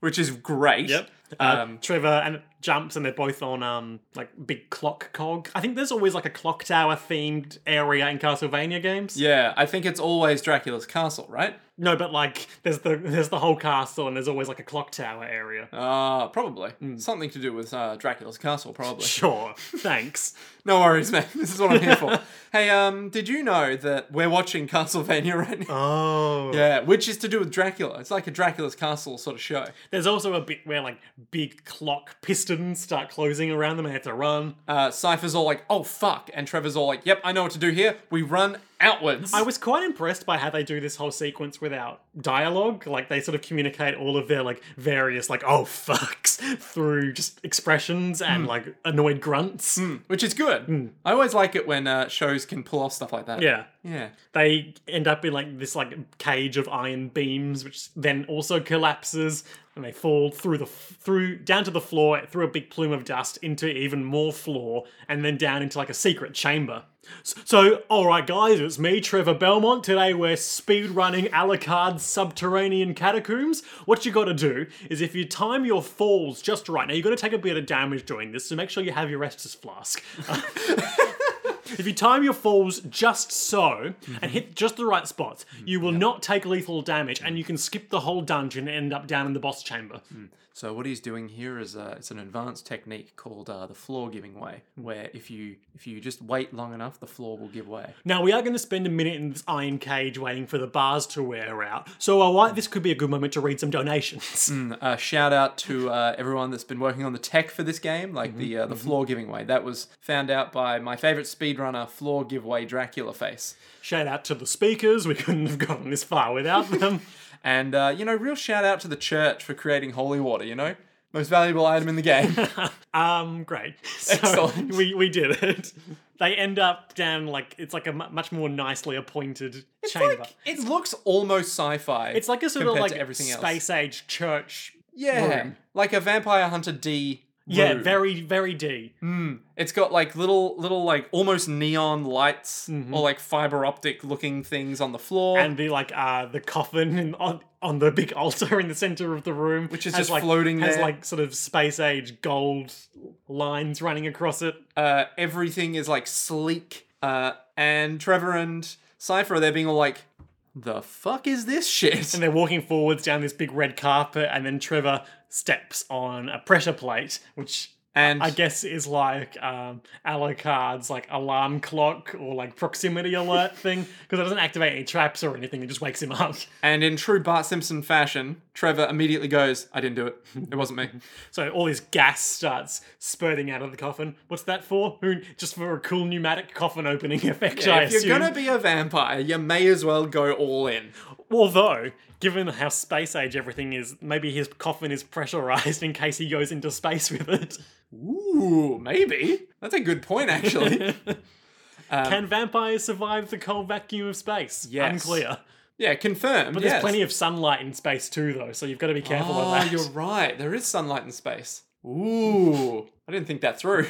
S2: Which is great.
S1: Um, Trevor and it jumps, and they're both on um like big clock cog. I think there's always like a clock tower themed area in Castlevania games.
S2: Yeah, I think it's always Dracula's castle, right?
S1: No, but like there's the there's the whole castle, and there's always like a clock tower area.
S2: Ah, probably. Something to do with uh, Dracula's castle, probably.
S1: Sure, thanks.
S2: No worries, man. This is what I'm here for. hey, um, did you know that we're watching Castlevania right now?
S1: Oh,
S2: Yeah, which is to do with Dracula. It's like a Dracula's castle sort of show.
S1: there's also a bit where like big clock pistons start closing around them, and they have to run.
S2: Uh, Cypher's all like, oh fuck, and Trevor's all like, yep, I know what to do here. We run outwards.
S1: I was quite impressed by how they do this whole sequence without dialogue. Like they sort of communicate all of their like various like oh fucks through just expressions and like annoyed grunts.
S2: Mm, which is good. I always like it when uh, shows can pull off stuff like that.
S1: Hmm. Yeah.
S2: Yeah.
S1: They end up in like this like cage of iron beams, which then also collapses, and they fall through the f- through down to the floor through a big plume of dust into even more floor, and then down into like a secret chamber. S- So, all right, guys, it's me, Trevor Belmont. Today we're speed running Alucard's subterranean catacombs. What you got to do is if you time your falls just right. Now you're going to take a bit of damage doing this, so make sure you have your Estus flask. If you time your falls just so and hit just the right spots, you will not take lethal damage and you can skip the whole dungeon and end up down in the boss chamber.
S2: So what he's doing here is uh, it's an advanced technique called uh, the floor giving way,
S1: Hmm.
S2: where if you if you just wait long enough, the floor will give way.
S1: Now, we are going to spend a minute in this iron cage waiting for the bars to wear out, so uh, why, this could be a good moment to read some donations.
S2: uh, shout out to uh, everyone that's been working on the tech for this game, like
S1: Mm-hmm.
S2: the uh, the floor giving way. That was found out by my favorite speedrunner, floor giveaway Dracula face.
S1: Shout out to the speakers, we couldn't have gotten this far without them.
S2: And uh, you know, real shout out to the church for creating holy water. You know, most valuable item in the game.
S1: Um, great. So
S2: Excellent.
S1: We, we did it. They end up down like it's like a mu- much more nicely appointed chamber.
S2: like, it looks almost sci-fi.
S1: it's like a sort of
S2: compared
S1: like
S2: to everything else.
S1: space age church
S2: yeah, like a Vampire Hunter D.
S1: Yeah,
S2: room.
S1: very, very D.
S2: It's got like little, little like almost neon lights or like fiber optic looking things on the floor,
S1: Mm-hmm. And the like, uh, the coffin in, on on the big altar in the center of the room, which
S2: is just floating
S1: has
S2: there.
S1: like sort of space age gold lines running across it.
S2: uh, everything is like sleek. Uh, and Trevor and Cipher are there being all like, "The fuck is this shit?"
S1: And they're walking forwards down this big red carpet, and then Trevor steps on a pressure plate, which.
S2: And
S1: I guess is like um, Alucard's like alarm clock or like proximity alert thing because it doesn't activate any traps or anything. It just wakes him up.
S2: and in true Bart Simpson fashion, Trevor immediately goes, "I didn't do it. It wasn't me."
S1: So all this gas starts spurting out of the coffin. What's that for? Who? Just for a cool pneumatic coffin opening effect, I
S2: if you're
S1: assume.
S2: gonna be a vampire, you may as well go all in.
S1: Although, given how space age everything is, maybe his coffin is pressurized in case he goes into space with it.
S2: Ooh, maybe that's a good point actually.
S1: Can vampires survive the cold vacuum of space?
S2: Um, Yes.
S1: Unclear.
S2: yeah, confirmed. But
S1: There's plenty of sunlight in space too, though, so you've got to be careful
S2: Oh,
S1: of that.
S2: you're right. There is sunlight in space. Ooh, I didn't think that through.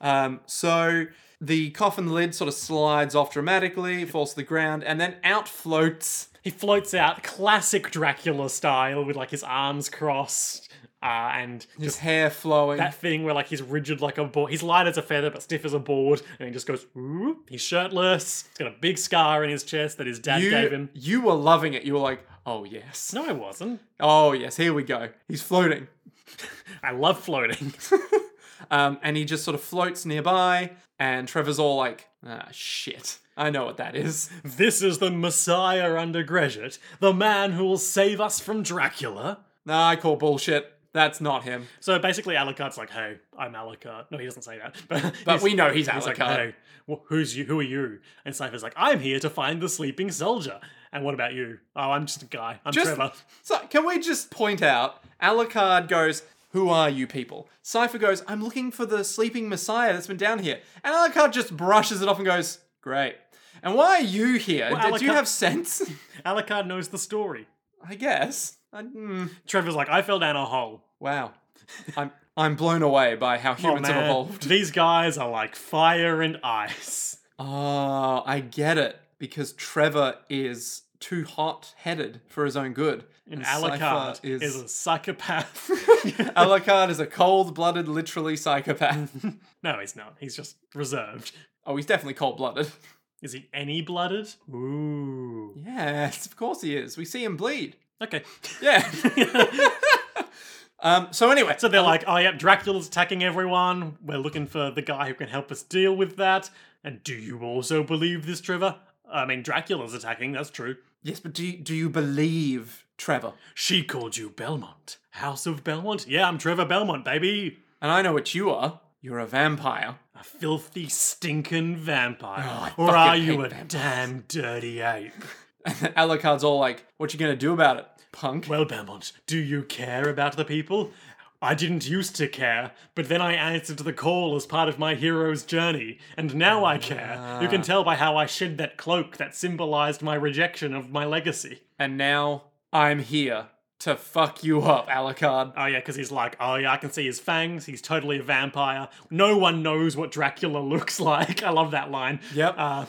S2: um, so the coffin lid sort of slides off dramatically, falls to the ground, and then out floats.
S1: He floats out, classic Dracula style, with like his arms crossed uh, and
S2: His hair flowing.
S1: that thing where like he's rigid like a board. He's light as a feather but stiff as a board, and he just goes. Ooh. He's shirtless. He's got a big scar in his chest that his dad gave
S2: you,
S1: him.
S2: you were loving it. You were like, oh yes,
S1: No, I wasn't.
S2: oh yes. Here we go. He's floating,
S1: I love floating.
S2: um, and he just sort of floats nearby. And Trevor's all like, ah shit. I know what that is.
S1: this is the Messiah undergraduate, the man who will save us from Dracula.
S2: Nah, I call bullshit. That's not him.
S1: So basically, Alucard's like, "Hey, I'm Alucard." No, he doesn't say that, but,
S2: But we know he's
S1: He's like,
S2: Alucard.
S1: "Hey, wh- who's you? Who are you?" And Cypher's like, "I'm here to find the sleeping soldier." And what about you? Oh, I'm just a guy. I'm
S2: Just-
S1: Trevor.
S2: So can we just point out? Alucard goes, "Who are you people?" Cipher goes, "I'm looking for the sleeping Messiah that's been down here." And Alucard just brushes it off and goes, "Great." And why are you here? Do- Do you
S1: Alucard-
S2: have sense?
S1: Alucard knows the story.
S2: I guess. I, mm,
S1: Trevor's like, I fell down a hole.
S2: wow. I'm I'm blown away by how
S1: Oh,
S2: humans have
S1: man,
S2: evolved.
S1: These guys are like fire and ice.
S2: Oh, I get it. Because Trevor is too hot-headed for his own good,
S1: And
S2: Cypher
S1: Alucard is... a psychopath.
S2: Alucard is a cold-blooded, literally psychopath.
S1: no, he's not. He's just reserved.
S2: oh, he's definitely cold-blooded.
S1: Is he any blooded? Ooh.
S2: Yes, of course he is. We see him bleed.
S1: Okay.
S2: Yeah. um, so anyway,
S1: So they're like, oh, yep, Dracula's attacking everyone. We're looking for the guy who can help us deal with that. And do you also believe this, Trevor? I mean, Dracula's attacking, that's true.
S2: yes, but do you, do you believe Trevor?
S1: She called you Belmont. House of Belmont? Yeah, I'm Trevor Belmont, baby.
S2: And I know what you are. You're a vampire.
S1: a filthy, stinking vampire?
S2: Oh, I
S1: or
S2: fucking
S1: are you
S2: hate
S1: a
S2: vampires.
S1: damn dirty ape?
S2: Alucard's all like, "What you gonna do about it, punk?"
S1: Well, Belmont, do you care about the people? I didn't used to care, but then I answered the call as part of my hero's journey, and now I care.
S2: Ah.
S1: You can tell by how I shed that cloak that symbolized my rejection of my legacy.
S2: and now I'm here to fuck you up, Alucard.
S1: Oh, yeah, because he's like, oh, yeah, I can see his fangs. He's totally a vampire. No one knows what Dracula looks like. I love that line.
S2: Yep.
S1: Uh,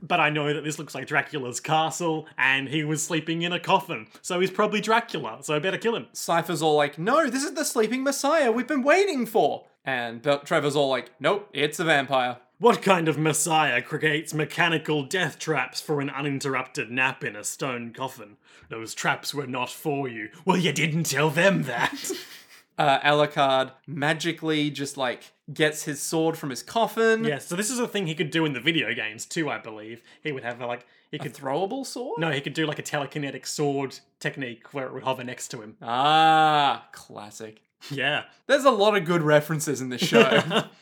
S1: but I know that this looks like Dracula's castle, and he was sleeping in a coffin, so he's probably Dracula, so I better kill him.
S2: Cypher's all like, no, this is the sleeping messiah we've been waiting for. And Bel- Trevor's all like, nope, it's a vampire.
S1: What kind of messiah creates mechanical death traps for an uninterrupted nap in a stone coffin? Those traps were not for you. Well, you didn't tell them that.
S2: Uh, Alucard magically just like gets his sword from his coffin.
S1: yeah, so this is a thing he could do in the video games too, I believe. He would have like he could
S2: Throwable sword?
S1: no, he could do like a telekinetic sword technique where it would hover next to him.
S2: Ah, classic.
S1: Yeah.
S2: There's a lot of good references in this show.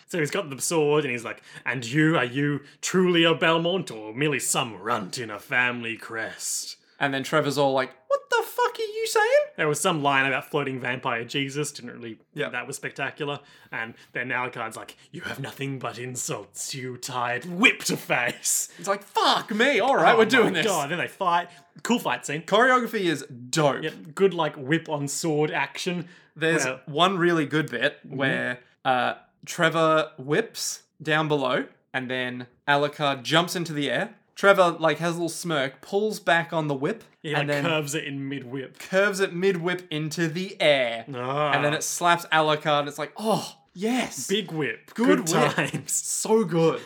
S1: so he's got the sword and he's like, "And you are you truly a Belmont or merely some runt in a family crest?"
S2: and then Trevor's all like, what the fuck are you saying?
S1: There was some line about floating vampire Jesus. Didn't really.
S2: Yeah.
S1: That was spectacular. And then Alucard's like, "You have nothing but insults, you tired whip to face."
S2: It's like, fuck me, all right,
S1: Oh
S2: we're
S1: my
S2: doing this.
S1: God. Then they fight. Cool fight scene.
S2: Choreography is dope.
S1: Good like whip on sword action.
S2: There's
S1: Well- mm-hmm.
S2: one really good bit where uh, Trevor whips down below, and then Alucard jumps into the air. Trevor like has a little smirk, pulls back on the whip,
S1: He like
S2: and then
S1: curves it in mid whip.
S2: curves it mid whip into the air, and then it slaps Alucard. And it's like, oh yes,
S1: Ah, big whip.
S2: Good
S1: Good,
S2: whip.
S1: times.
S2: so good.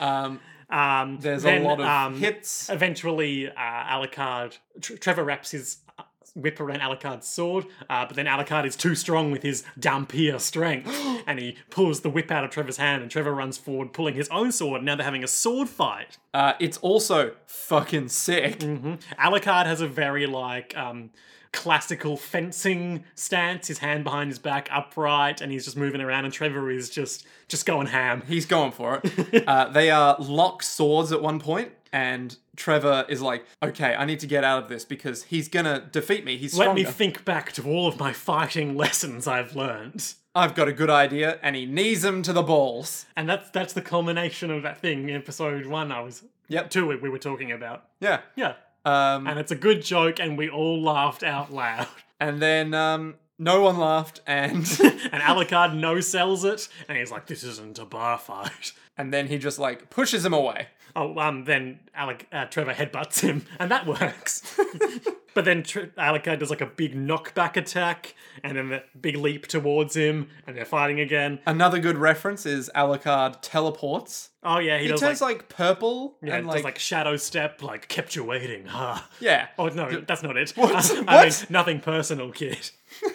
S2: um,
S1: Um,
S2: there's
S1: then,
S2: a lot of
S1: um,
S2: hits.
S1: Eventually, uh, Alucard, Tr- Trevor wraps his uh, whip around Alucard's sword, uh, but then Alucard is too strong with his dampier strength, and he pulls the whip out of Trevor's hand, and Trevor runs forward, pulling his own sword. Now they're having a sword fight.
S2: Uh, it's also fucking sick.
S1: Alucard has a very like um, classical fencing stance, his hand behind his back, upright, and he's just moving around, and Trevor is just just going ham.
S2: He's going for it. uh, they are lock swords at one point, and Trevor is like, "Okay, I need to get out of this because he's gonna defeat me. He's
S1: Let
S2: stronger.
S1: me think back to all of my fighting lessons I've learned.
S2: I've got a good idea." And he knees him to the balls.
S1: And that's that's the culmination of that thing in episode one. I was
S2: Yep.
S1: two we, we were talking about.
S2: Yeah.
S1: Yeah,
S2: Um,
S1: and it's a good joke, and we all laughed out loud.
S2: and then um, no one laughed, and
S1: And Alucard no sells it, and he's like, "This isn't a bar fight."
S2: and then he just like pushes him away.
S1: Oh, um, then Alec uh, Trevor headbutts him, and that works. but then Tr- Alucard does like a big knockback attack, and then the big leap towards him, and they're fighting again.
S2: Another good reference is Alucard teleports.
S1: Oh yeah, he,
S2: He
S1: does like,
S2: turns like, purple
S1: yeah,
S2: and
S1: does
S2: like,
S1: like shadow step, like kept you waiting, huh?
S2: yeah.
S1: Oh no, that's not it. Uh,
S2: What?
S1: I mean,
S2: What?
S1: nothing personal, kid.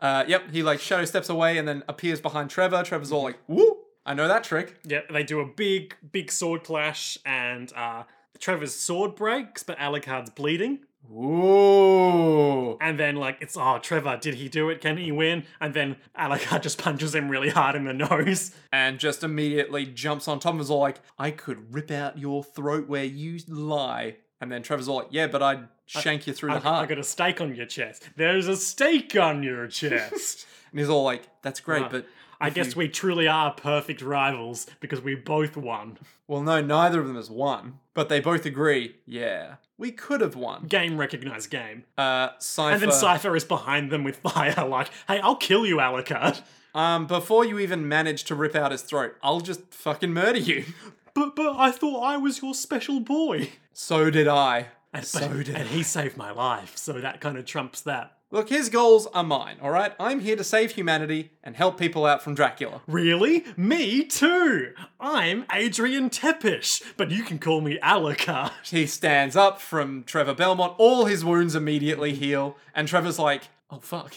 S2: Uh, yep. He like shadow steps away and then appears behind Trevor. Trevor's all like, "Woo! I know that trick."
S1: Yeah, they do a big, big sword clash, and uh, Trevor's sword breaks, but Alucard's bleeding.
S2: Ooh.
S1: And then, like, it's oh, Trevor, did he do it? Can he win? And then Alucard just punches him really hard in the nose.
S2: And just immediately jumps on top and is all like, I could rip out your throat where you lie. And then Trevor's all like, yeah, but I'd shank you through
S1: I,
S2: the heart.
S1: I got a stake on your chest. There's a stake on your chest.
S2: and he's all like, that's great, but.
S1: I guess we truly are perfect rivals because we both won.
S2: Well, no, neither of them has won. But they both agree, yeah, we could have won.
S1: Game recognized game.
S2: Uh, Cypher.
S1: And then Cypher is behind them with fire, like, hey, I'll kill you, Alucard.
S2: um, before you even manage to rip out his throat, I'll just fucking murder you.
S1: But but I thought I was your special boy.
S2: So did I.
S1: And,
S2: So
S1: but-
S2: did
S1: and he saved my life, so that kind of trumps that.
S2: Look, his goals are mine, alright? I'm here to save humanity and help people out from Dracula.
S1: Really? Me too. I'm Adrian Tepish, but you can call me Alucard.
S2: He stands up from Trevor Belmont. All his wounds immediately heal, and Trevor's like, "Oh fuck!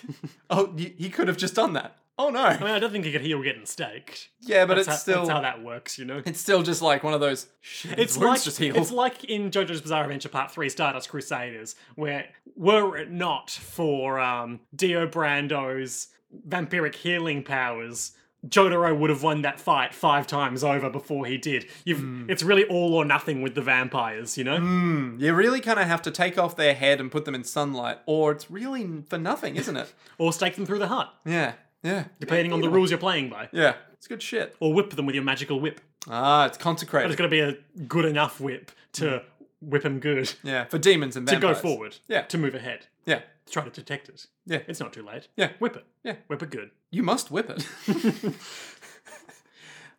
S2: oh, y- he could have just done that. Oh
S1: I
S2: no!
S1: mean, I don't think he could heal getting staked.
S2: Yeah, but
S1: That's,
S2: it's
S1: how,
S2: still
S1: that's how that works, you know.
S2: it's still just like one of those. Shit,
S1: It's
S2: his wounds
S1: like
S2: just heal.
S1: it's like in JoJo's Bizarre Adventure Part Three: Stardust Crusaders, where were it not for um, Dio Brando's vampiric healing powers, Jotaro would have won that fight five times over before he did. You've,
S2: Hmm.
S1: It's really all or nothing with the vampires, you know?
S2: You really kind of have to take off their head and put them in sunlight, or it's really for nothing, isn't it?
S1: Or stake them through the heart,
S2: yeah, yeah,
S1: depending on the rules you're playing by.
S2: yeah. It's good shit.
S1: Or whip them with your magical whip.
S2: Ah, it's
S1: But
S2: consecrated.
S1: it's got to be a good enough whip to whip him good.
S2: yeah, for demons and Hmm. vampires.
S1: Go forward.
S2: Yeah.
S1: To move ahead.
S2: Yeah,
S1: To try to detect it.
S2: Yeah.
S1: It's not too late.
S2: Yeah.
S1: Whip it.
S2: Yeah.
S1: Whip it good.
S2: you must whip it.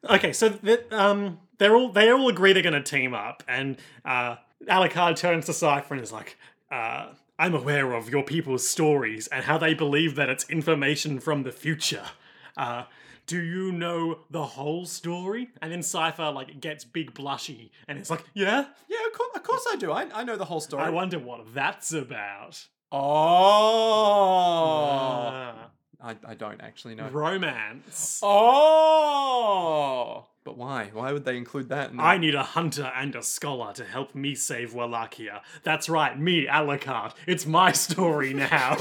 S1: Okay, so th- um, they're all they all agree they're going to team up, and uh, Alucard turns to Cipher and is like, uh, "I'm aware of your people's stories and how they believe that it's information from the future. Uh, do you know the whole story?" And then Cipher like gets big blushy, and it's like, "Yeah,
S2: yeah, of course, of course I do. I, I know the whole story.
S1: I wonder what that's about."
S2: oh,
S1: Ah,
S2: I, I don't actually know.
S1: romance.
S2: Oh, but why? Why would they include that? In the-
S1: I need a hunter and a scholar to help me save Wallachia. That's right, me, Alucard. It's my story now.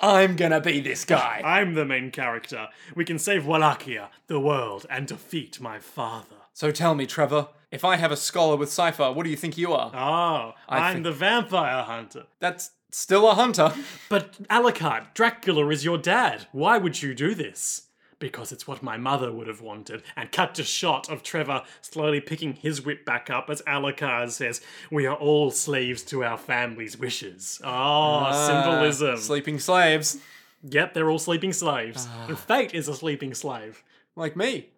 S2: I'm gonna be this guy.
S1: I'm the main character. We can save Wallachia, the world, and defeat my father.
S2: So tell me, Trevor, if I have a scholar with cipher, what do you think you are?
S1: Oh, I am
S2: think-
S1: the vampire hunter.
S2: That's still a hunter.
S1: But Alucard, Dracula is your dad. Why would you do this? Because it's what my mother would have wanted. And cut to shot of Trevor slowly picking his whip back up as Alucard says, We are all slaves to our family's wishes. Oh,
S2: Ah,
S1: symbolism.
S2: Uh, Sleeping slaves,
S1: yep, they're all sleeping slaves. and fate is a sleeping slave.
S2: like me.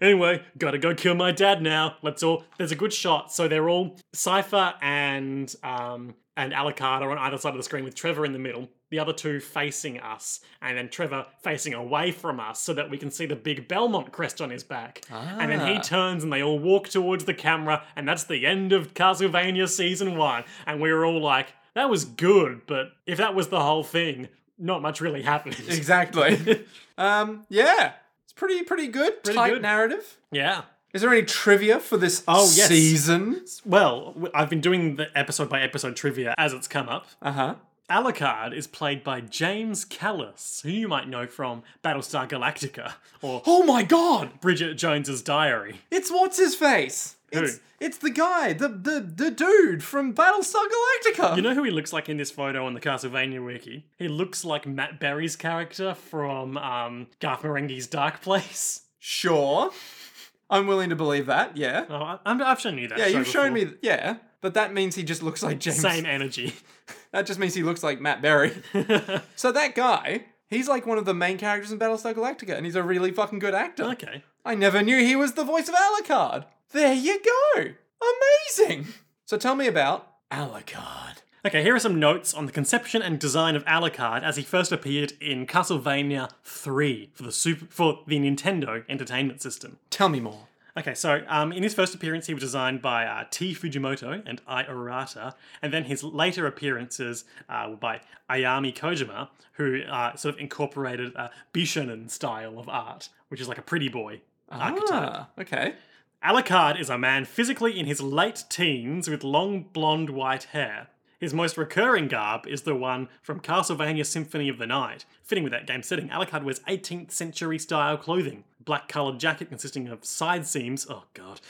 S1: Anyway, gotta go kill my dad now. Let's all. There's a good shot. So they're all Cipher and um and Alucard are on either side of the screen with Trevor in the middle. The other two facing us, and then Trevor facing away from us, so that we can see the big Belmont crest on his back. And then he
S2: Ah.
S1: turns, and they all walk towards the camera, and that's the end of Castlevania season one. And we were all like, "That was good," but if that was the whole thing, not much really happened.
S2: Exactly. um, yeah, it's pretty pretty good. Tight
S1: good.
S2: narrative.
S1: yeah.
S2: Is there any trivia for this
S1: Oh, yes.
S2: season?
S1: Well, w- I've been doing the episode by episode trivia as it's come up.
S2: Uh huh.
S1: Alucard is played by James Callis, who you might know from Battlestar Galactica or
S2: Oh my god!
S1: Bridget Jones's Diary.
S2: It's what's his face. It's it's the guy, the the the dude from Battlestar Galactica.
S1: You know who he looks like in this photo on the Castlevania wiki? He looks like Matt Berry's character from um, Garth Marenghi's Dark Place.
S2: sure. I'm willing to believe that. Yeah.
S1: Oh, I, I'm- I've shown you that.
S2: yeah,
S1: show
S2: you've shown
S1: before.
S2: me. th- Yeah, but that means he just looks like James.
S1: Same energy.
S2: That just means he looks like Matt Berry. so that guy, he's like one of the main characters in Battlestar Galactica, and he's a really fucking good actor.
S1: okay.
S2: I never knew he was the voice of Alucard. There you go. Amazing. So tell me about Alucard.
S1: Okay, here are some notes on the conception and design of Alucard as he first appeared in Castlevania 3 for the super, for the Nintendo Entertainment System.
S2: Tell me more.
S1: Okay, so um, in his first appearance, he was designed by uh, T. Fujimoto and I. Arata, and then his later appearances uh, were by Ayami Kojima, who uh, sort of incorporated a Bishonen style of art, which is like a pretty boy archetype.
S2: Ah, okay.
S1: Alucard is a man physically in his late teens with long blonde white hair. His most recurring garb is the one from Castlevania Symphony of the Night. Fitting with that game setting, Alucard wears 18th century style clothing. Black coloured jacket consisting of side seams. Oh god.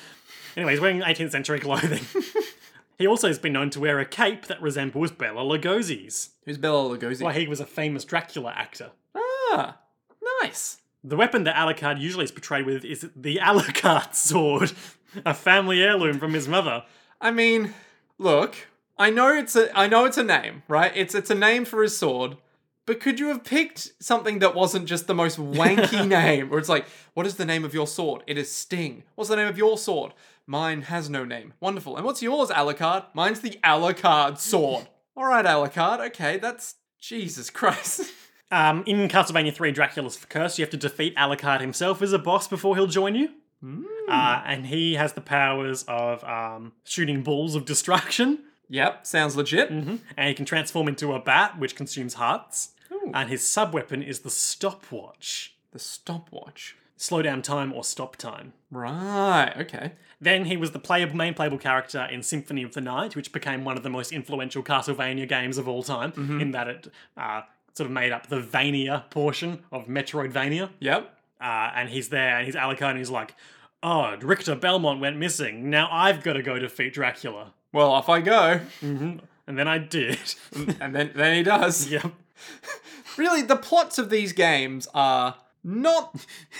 S1: Anyway, he's wearing 18th century clothing. he also has been known to wear a cape that resembles Bela Lugosi's.
S2: Who's Bella Lugosi?
S1: Why he was a famous Dracula actor.
S2: Ah, nice.
S1: The weapon that Alucard usually is portrayed with is the Alucard sword, a family heirloom from his mother.
S2: I mean, look, I know it's a I know it's a name, right? It's it's a name for his sword. But could you have picked something that wasn't just the most wanky name? Or it's like, what is the name of your sword? It is Sting. What's the name of your sword? Mine has no name. Wonderful. And what's yours, Alucard? Mine's the Alucard sword. All right, Alucard. Okay, that's Jesus Christ.
S1: Um, in Castlevania 3 Dracula's Curse, you have to defeat Alucard himself as a boss before he'll join you. Uh, and he has the powers of um, shooting balls of destruction,
S2: yep, sounds legit.
S1: and he can transform into a bat, which consumes hearts.
S2: Ooh.
S1: And his sub weapon is the stopwatch
S2: The stopwatch.
S1: slow down time or stop time.
S2: Right. Okay.
S1: Then he was the playable, main playable character in Symphony of the Night, which became one of the most influential Castlevania games of all time, in that it uh, sort of made up the Vania portion of Metroidvania.
S2: Yep.
S1: uh, and he's there, and he's Alucard, and he's like, "Oh, Richter Belmont went missing. Now I've got to go defeat Dracula."
S2: Well, off I go.
S1: hmm And then I did.
S2: and then, then he does.
S1: yep.
S2: Really, the plots of these games are not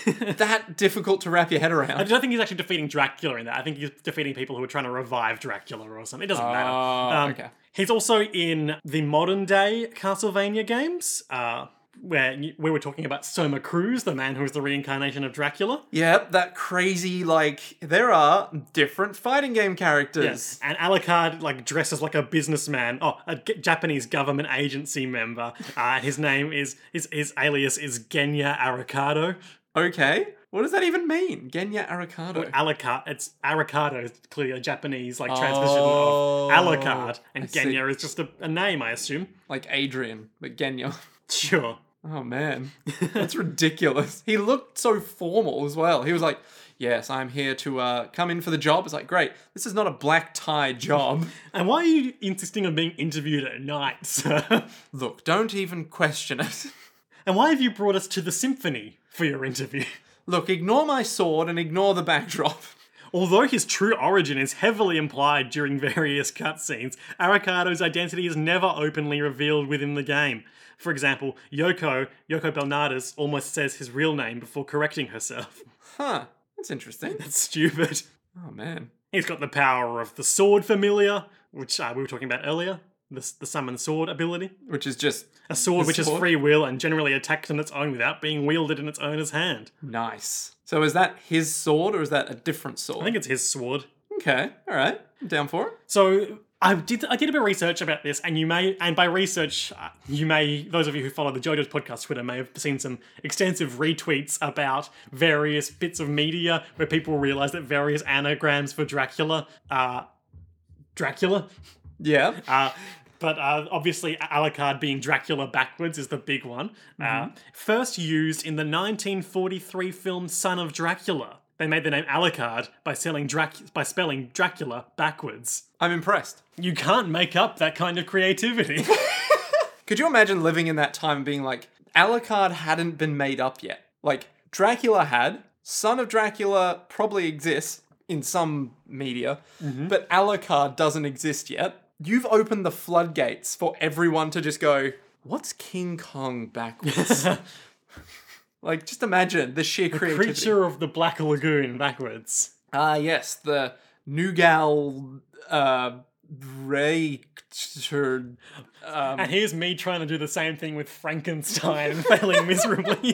S2: that difficult to wrap your head
S1: I
S2: around.
S1: don't think he's actually defeating Dracula in that. I think he's defeating people who are trying to revive Dracula or something. It doesn't matter. Um,
S2: Oh, okay.
S1: He's also in the modern day Castlevania games, uh, where y- we were talking about Soma Cruz, the man who is the reincarnation of Dracula.
S2: Yep, that crazy, like, there are different fighting game characters.
S1: Yes. And Alucard like dresses like a businessman, oh, a G- Japanese government agency member. Uh, his name is his his alias is Genya Aricado.
S2: Okay. What does that even mean? Genya Arikado.
S1: Alucard, it's Aricado is clearly a Japanese like transmission of Alucard, and
S2: Oh, I see.
S1: Genya is just a, a name, I assume.
S2: Like Adrian, but Genya.
S1: Sure.
S2: Oh man, that's ridiculous. He looked so formal as well. He was like, "Yes, I'm here to uh, come in for the job." It's like, great. This is not a black tie job.
S1: And why are you insisting on being interviewed at night, sir?
S2: Look, don't even question it.
S1: And why have you brought us to the symphony for your interview?
S2: Look, ignore my sword and ignore the backdrop.
S1: Although his true origin is heavily implied during various cutscenes, Arakado's identity is never openly revealed within the game. For example, Yoko, Yoko Belnades, almost says his real name before correcting herself.
S2: Huh? That's interesting.
S1: That's stupid.
S2: Oh man.
S1: He's got the power of the sword familiar, which uh, we were talking about earlier, the, the summon sword ability.
S2: Which is just
S1: A sword which is
S2: sword?
S1: free will and generally attacked on its own without being wielded in its owner's hand.
S2: nice. So is that his sword or is that a
S1: I
S2: different sword?
S1: think it's his sword.
S2: okay. All right. I'm down for it.
S1: So I did I did a bit of research about this, and you may and by research uh, you may those of you who follow the JoJo's podcast Twitter may have seen some extensive retweets about various bits of media where people realize that various anagrams for Dracula are Dracula.
S2: Yeah.
S1: Uh, but uh, obviously, Alucard being Dracula backwards is the big one. Uh, first used in the 1943 film Son of Dracula. They made the name Alucard by selling Drac- by spelling Dracula backwards.
S2: I'm impressed.
S1: You can't make up that kind of creativity.
S2: Could you imagine living in that time and being like, Alucard hadn't been made up yet? Like, Dracula had, Son of Dracula probably exists in some media, but Alucard doesn't exist yet. You've opened the floodgates for everyone to just go, What's King Kong backwards? like, just imagine the sheer creativity.
S1: Creature of the Black Lagoon backwards.
S2: Ah, yes, the Nougal, uh, Ray. Um,
S1: And here's me trying to do the same thing with Frankenstein and failing miserably.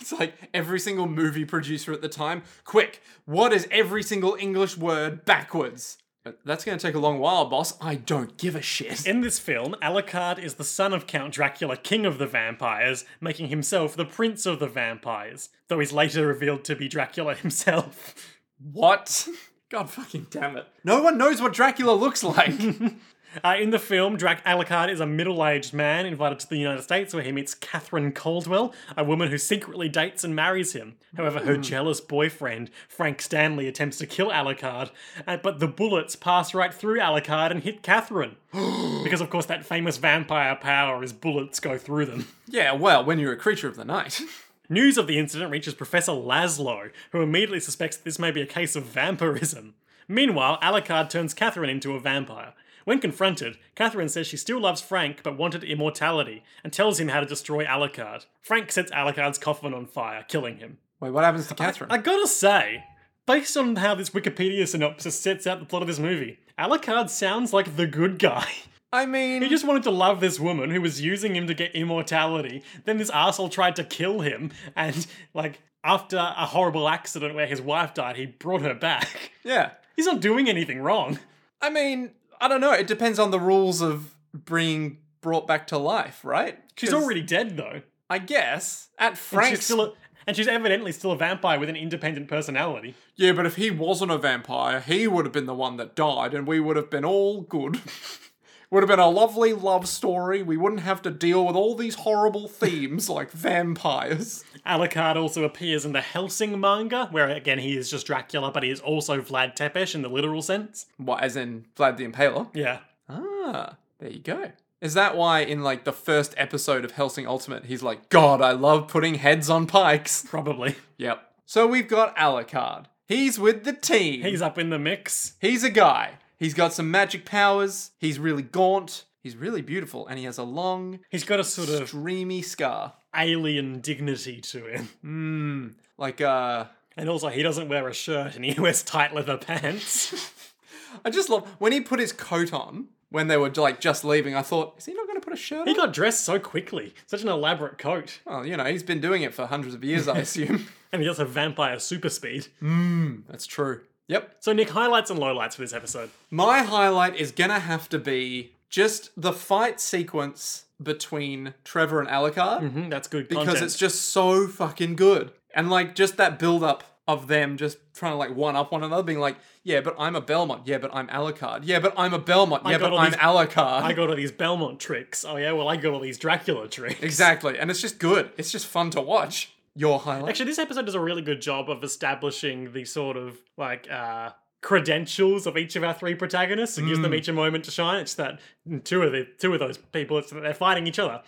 S2: It's like every single movie producer at the time, quick, what is every single English word backwards? But That's going to take a long while, boss. I don't give a shit.
S1: In this film, Alucard is the son of Count Dracula, king of the vampires, making himself the prince of the vampires, though he's later revealed to be Dracula himself.
S2: What? God fucking damn it. No one knows what Dracula looks like.
S1: Uh, in the film, Drac- Alucard is a middle aged man invited to the United States where he meets Catherine Caldwell, a woman who secretly dates and marries him. However, her jealous boyfriend, Frank Stanley, attempts to kill Alucard, uh, but the bullets pass right through Alucard and hit Catherine. because, of course, that famous vampire power is bullets go through them.
S2: yeah, well, when you're a creature of the night.
S1: News of the incident reaches Professor Laszlo, who immediately suspects that this may be a case of vampirism. Meanwhile, Alucard turns Catherine into a vampire. When confronted, Catherine says she still loves Frank but wanted immortality, and tells him how to destroy Alucard. Frank sets Alucard's coffin on fire, killing him.
S2: Wait, what happens to Catherine?
S1: I gotta say, based on how this Wikipedia synopsis sets out the plot of this movie, Alucard sounds like the good guy.
S2: I mean,
S1: He just wanted to love this woman who was using him to get immortality. Then this asshole tried to kill him, and like after a horrible accident where his wife died, he brought her back.
S2: yeah.
S1: He's not doing anything wrong.
S2: I mean, I don't know. It depends on the rules of being brought back to life, right?
S1: She's
S2: 'Cause
S1: already dead though.
S2: I guess, at
S1: She's
S2: Frank's
S1: still a, and she's evidently still a vampire with an independent personality.
S2: Yeah, but if he wasn't a vampire, he would have been the one that died, and we would have been all good. would have been a lovely love story. We wouldn't have to deal with all these horrible themes like vampires.
S1: Alucard also appears in the Helsing manga, where again he is just Dracula, but he is also Vlad Tepes in the literal sense.
S2: What, as in Vlad the Impaler?
S1: Yeah.
S2: Ah, there you go. Is that why in like the first episode of Helsing Ultimate, he's like, God, I love putting heads on pikes?
S1: Probably.
S2: Yep. So we've got Alucard. He's with the team.
S1: He's up in the mix.
S2: He's a guy. He's got some magic powers. He's really gaunt. He's really beautiful, and he has a long,
S1: He's got a sort of
S2: dreamy scar.
S1: alien dignity to him.
S2: Mmm, like uh,
S1: And also, he doesn't wear a shirt and he wears tight leather pants.
S2: I just love when he put his coat on when they were like just leaving. I thought, is he not going to put a shirt
S1: he
S2: on?
S1: got dressed so quickly. Such an elaborate coat.
S2: Well, you know, he's been doing it for hundreds of years, I assume.
S1: And he does have vampire super speed.
S2: That's true. Yep.
S1: So, Nick, highlights and lowlights for this episode.
S2: My highlight is gonna have to be just the fight sequence between Trevor and Alucard.
S1: Mm, that's good
S2: because
S1: content.
S2: it's just so fucking good. And like just that build up of them just trying to like one up one another, being like, yeah, but I'm a Belmont. Yeah, but I'm Alucard. Yeah, but I'm a Belmont. Yeah,
S1: got
S2: but
S1: all
S2: I'm
S1: these-
S2: Alucard.
S1: I got all these Belmont tricks. Oh, yeah, well, I got all these Dracula tricks.
S2: Exactly. And it's just good. It's just fun to watch. Your highlight.
S1: Actually, this episode does a really good job of establishing the sort of like uh, credentials of each of our three protagonists. It gives
S2: Mm.
S1: them each a moment to shine. It's that two of the two of those people, it's that they're fighting each other,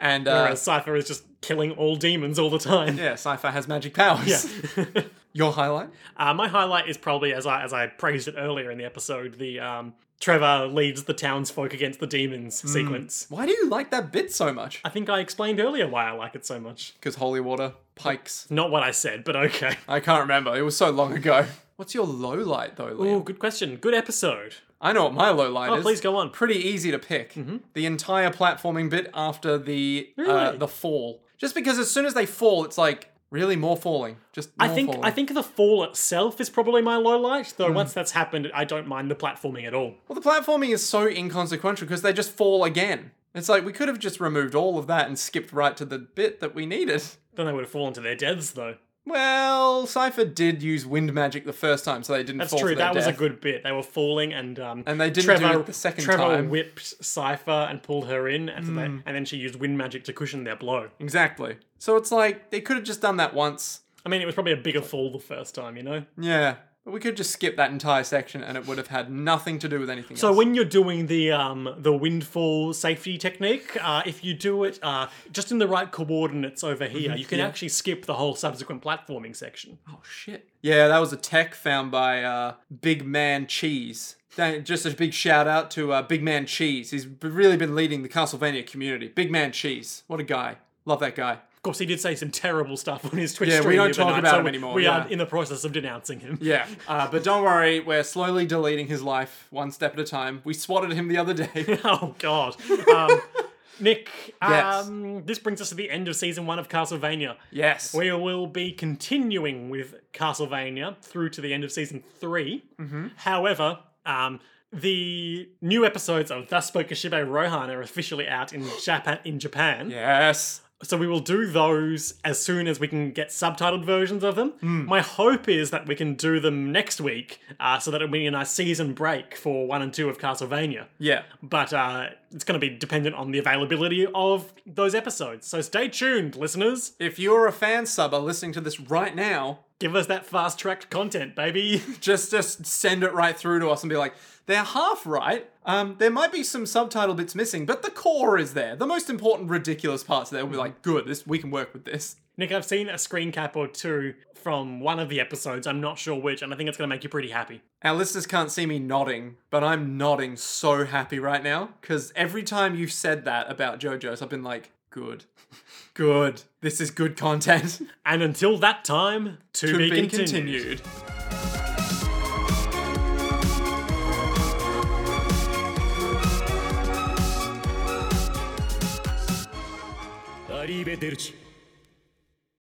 S2: and uh,
S1: whereas Cipher is just killing all demons all the time.
S2: yeah, Sci-Fi has magic powers. Your highlight?
S1: uh, my highlight is probably as I as I praised it earlier in the episode, the um, Trevor leads the townsfolk against the demons
S2: Mm.
S1: sequence.
S2: Why do you like that bit so much?
S1: I think I explained earlier why I like it so much.
S2: Because holy water, pikes.
S1: Not what I said, but okay.
S2: I can't remember. It was so long ago. What's your low light though, Liam?
S1: Ooh, good question. Good episode.
S2: I know what my low light
S1: Oh,
S2: is.
S1: please go on. Mm-hmm.
S2: pretty easy to pick. The entire platforming bit after the uh,
S1: Really?
S2: the fall, just because as soon as they fall, it's like really more falling. Just
S1: I
S2: more
S1: think
S2: falling.
S1: I think the fall itself is probably my low light, though
S2: Mm.
S1: once that's happened, I don't mind the platforming at all.
S2: well, the platforming is so inconsequential because they just fall again. It's like we could have just removed all of that and skipped right to the bit that we needed.
S1: Then they would have fallen to their deaths though.
S2: Well, Cipher did use wind magic the first time, so they didn't
S1: That's
S2: fall. to
S1: true.
S2: their
S1: That was a
S2: death.
S1: good bit. They were falling and um
S2: And they didn't do
S1: Trevor,
S2: it the second
S1: Trevor
S2: time. Mm.
S1: whipped Cypher and pulled her in and, so they, and then she used wind magic to cushion their blow.
S2: Exactly. So it's like they could have just done that once.
S1: I mean it was probably a bigger fall the first time, you know?
S2: Yeah. But we could just skip that entire section and it would have had nothing to do with anything
S1: So
S2: else.
S1: when you're doing the um, the windfall safety technique, uh, if you do it uh, just in the right coordinates over here,
S2: Mm-hmm.
S1: you can actually skip the whole subsequent platforming section.
S2: Oh shit. Yeah, that was a tech found by uh, Big Man Cheese. Thank- Just a big shout out to uh, Big Man Cheese. He's b- really been leading the Castlevania community. Big Man Cheese. What a guy. Love that guy.
S1: Of course, he did say some terrible stuff on his Twitch
S2: Yeah, we
S1: stream.
S2: don't
S1: the other
S2: talk
S1: night,
S2: about
S1: so
S2: him
S1: we-
S2: anymore,
S1: We
S2: yeah.
S1: are in the process of denouncing him.
S2: Yeah. Uh, but don't worry, we're slowly deleting his life one step at a time. We swatted him the other day.
S1: Oh God. Um, Nick,
S2: Yes.
S1: um, this brings us to the end of season one of Castlevania.
S2: yes.
S1: We will be continuing with Castlevania through to the end of season 3 However, um, the new episodes of Thus Spoke Ishibe Rohan are officially out in Japan. In Japan,
S2: yes.
S1: so we will do those as soon as we can get subtitled versions of them. My hope is that we can do them next week, uh, so that it'll be a nice season break for one and two of Castlevania.
S2: Yeah.
S1: But uh, it's going to be dependent on the availability of those episodes. So stay tuned, listeners.
S2: If you're a fan subber listening to this right now,
S1: Give us that fast tracked content, baby.
S2: just just send it right through to us and be like, they're half right. Um, there might be some subtitle bits missing, but the core is there. The most important, ridiculous parts there will
S1: Mm-hmm.
S2: be like, good. This we can work with this.
S1: Nick, I've seen a screen cap or two from one of the episodes. I'm not sure which, and I think it's going to make you pretty happy.
S2: Our listeners can't see me nodding, but I'm nodding so happy right now because every time you've said that about JoJo's, I've been like, good, good. This is good content.
S1: And until that time, to,
S2: To
S1: be,
S2: be
S1: continued.
S2: continued.
S3: arrivederci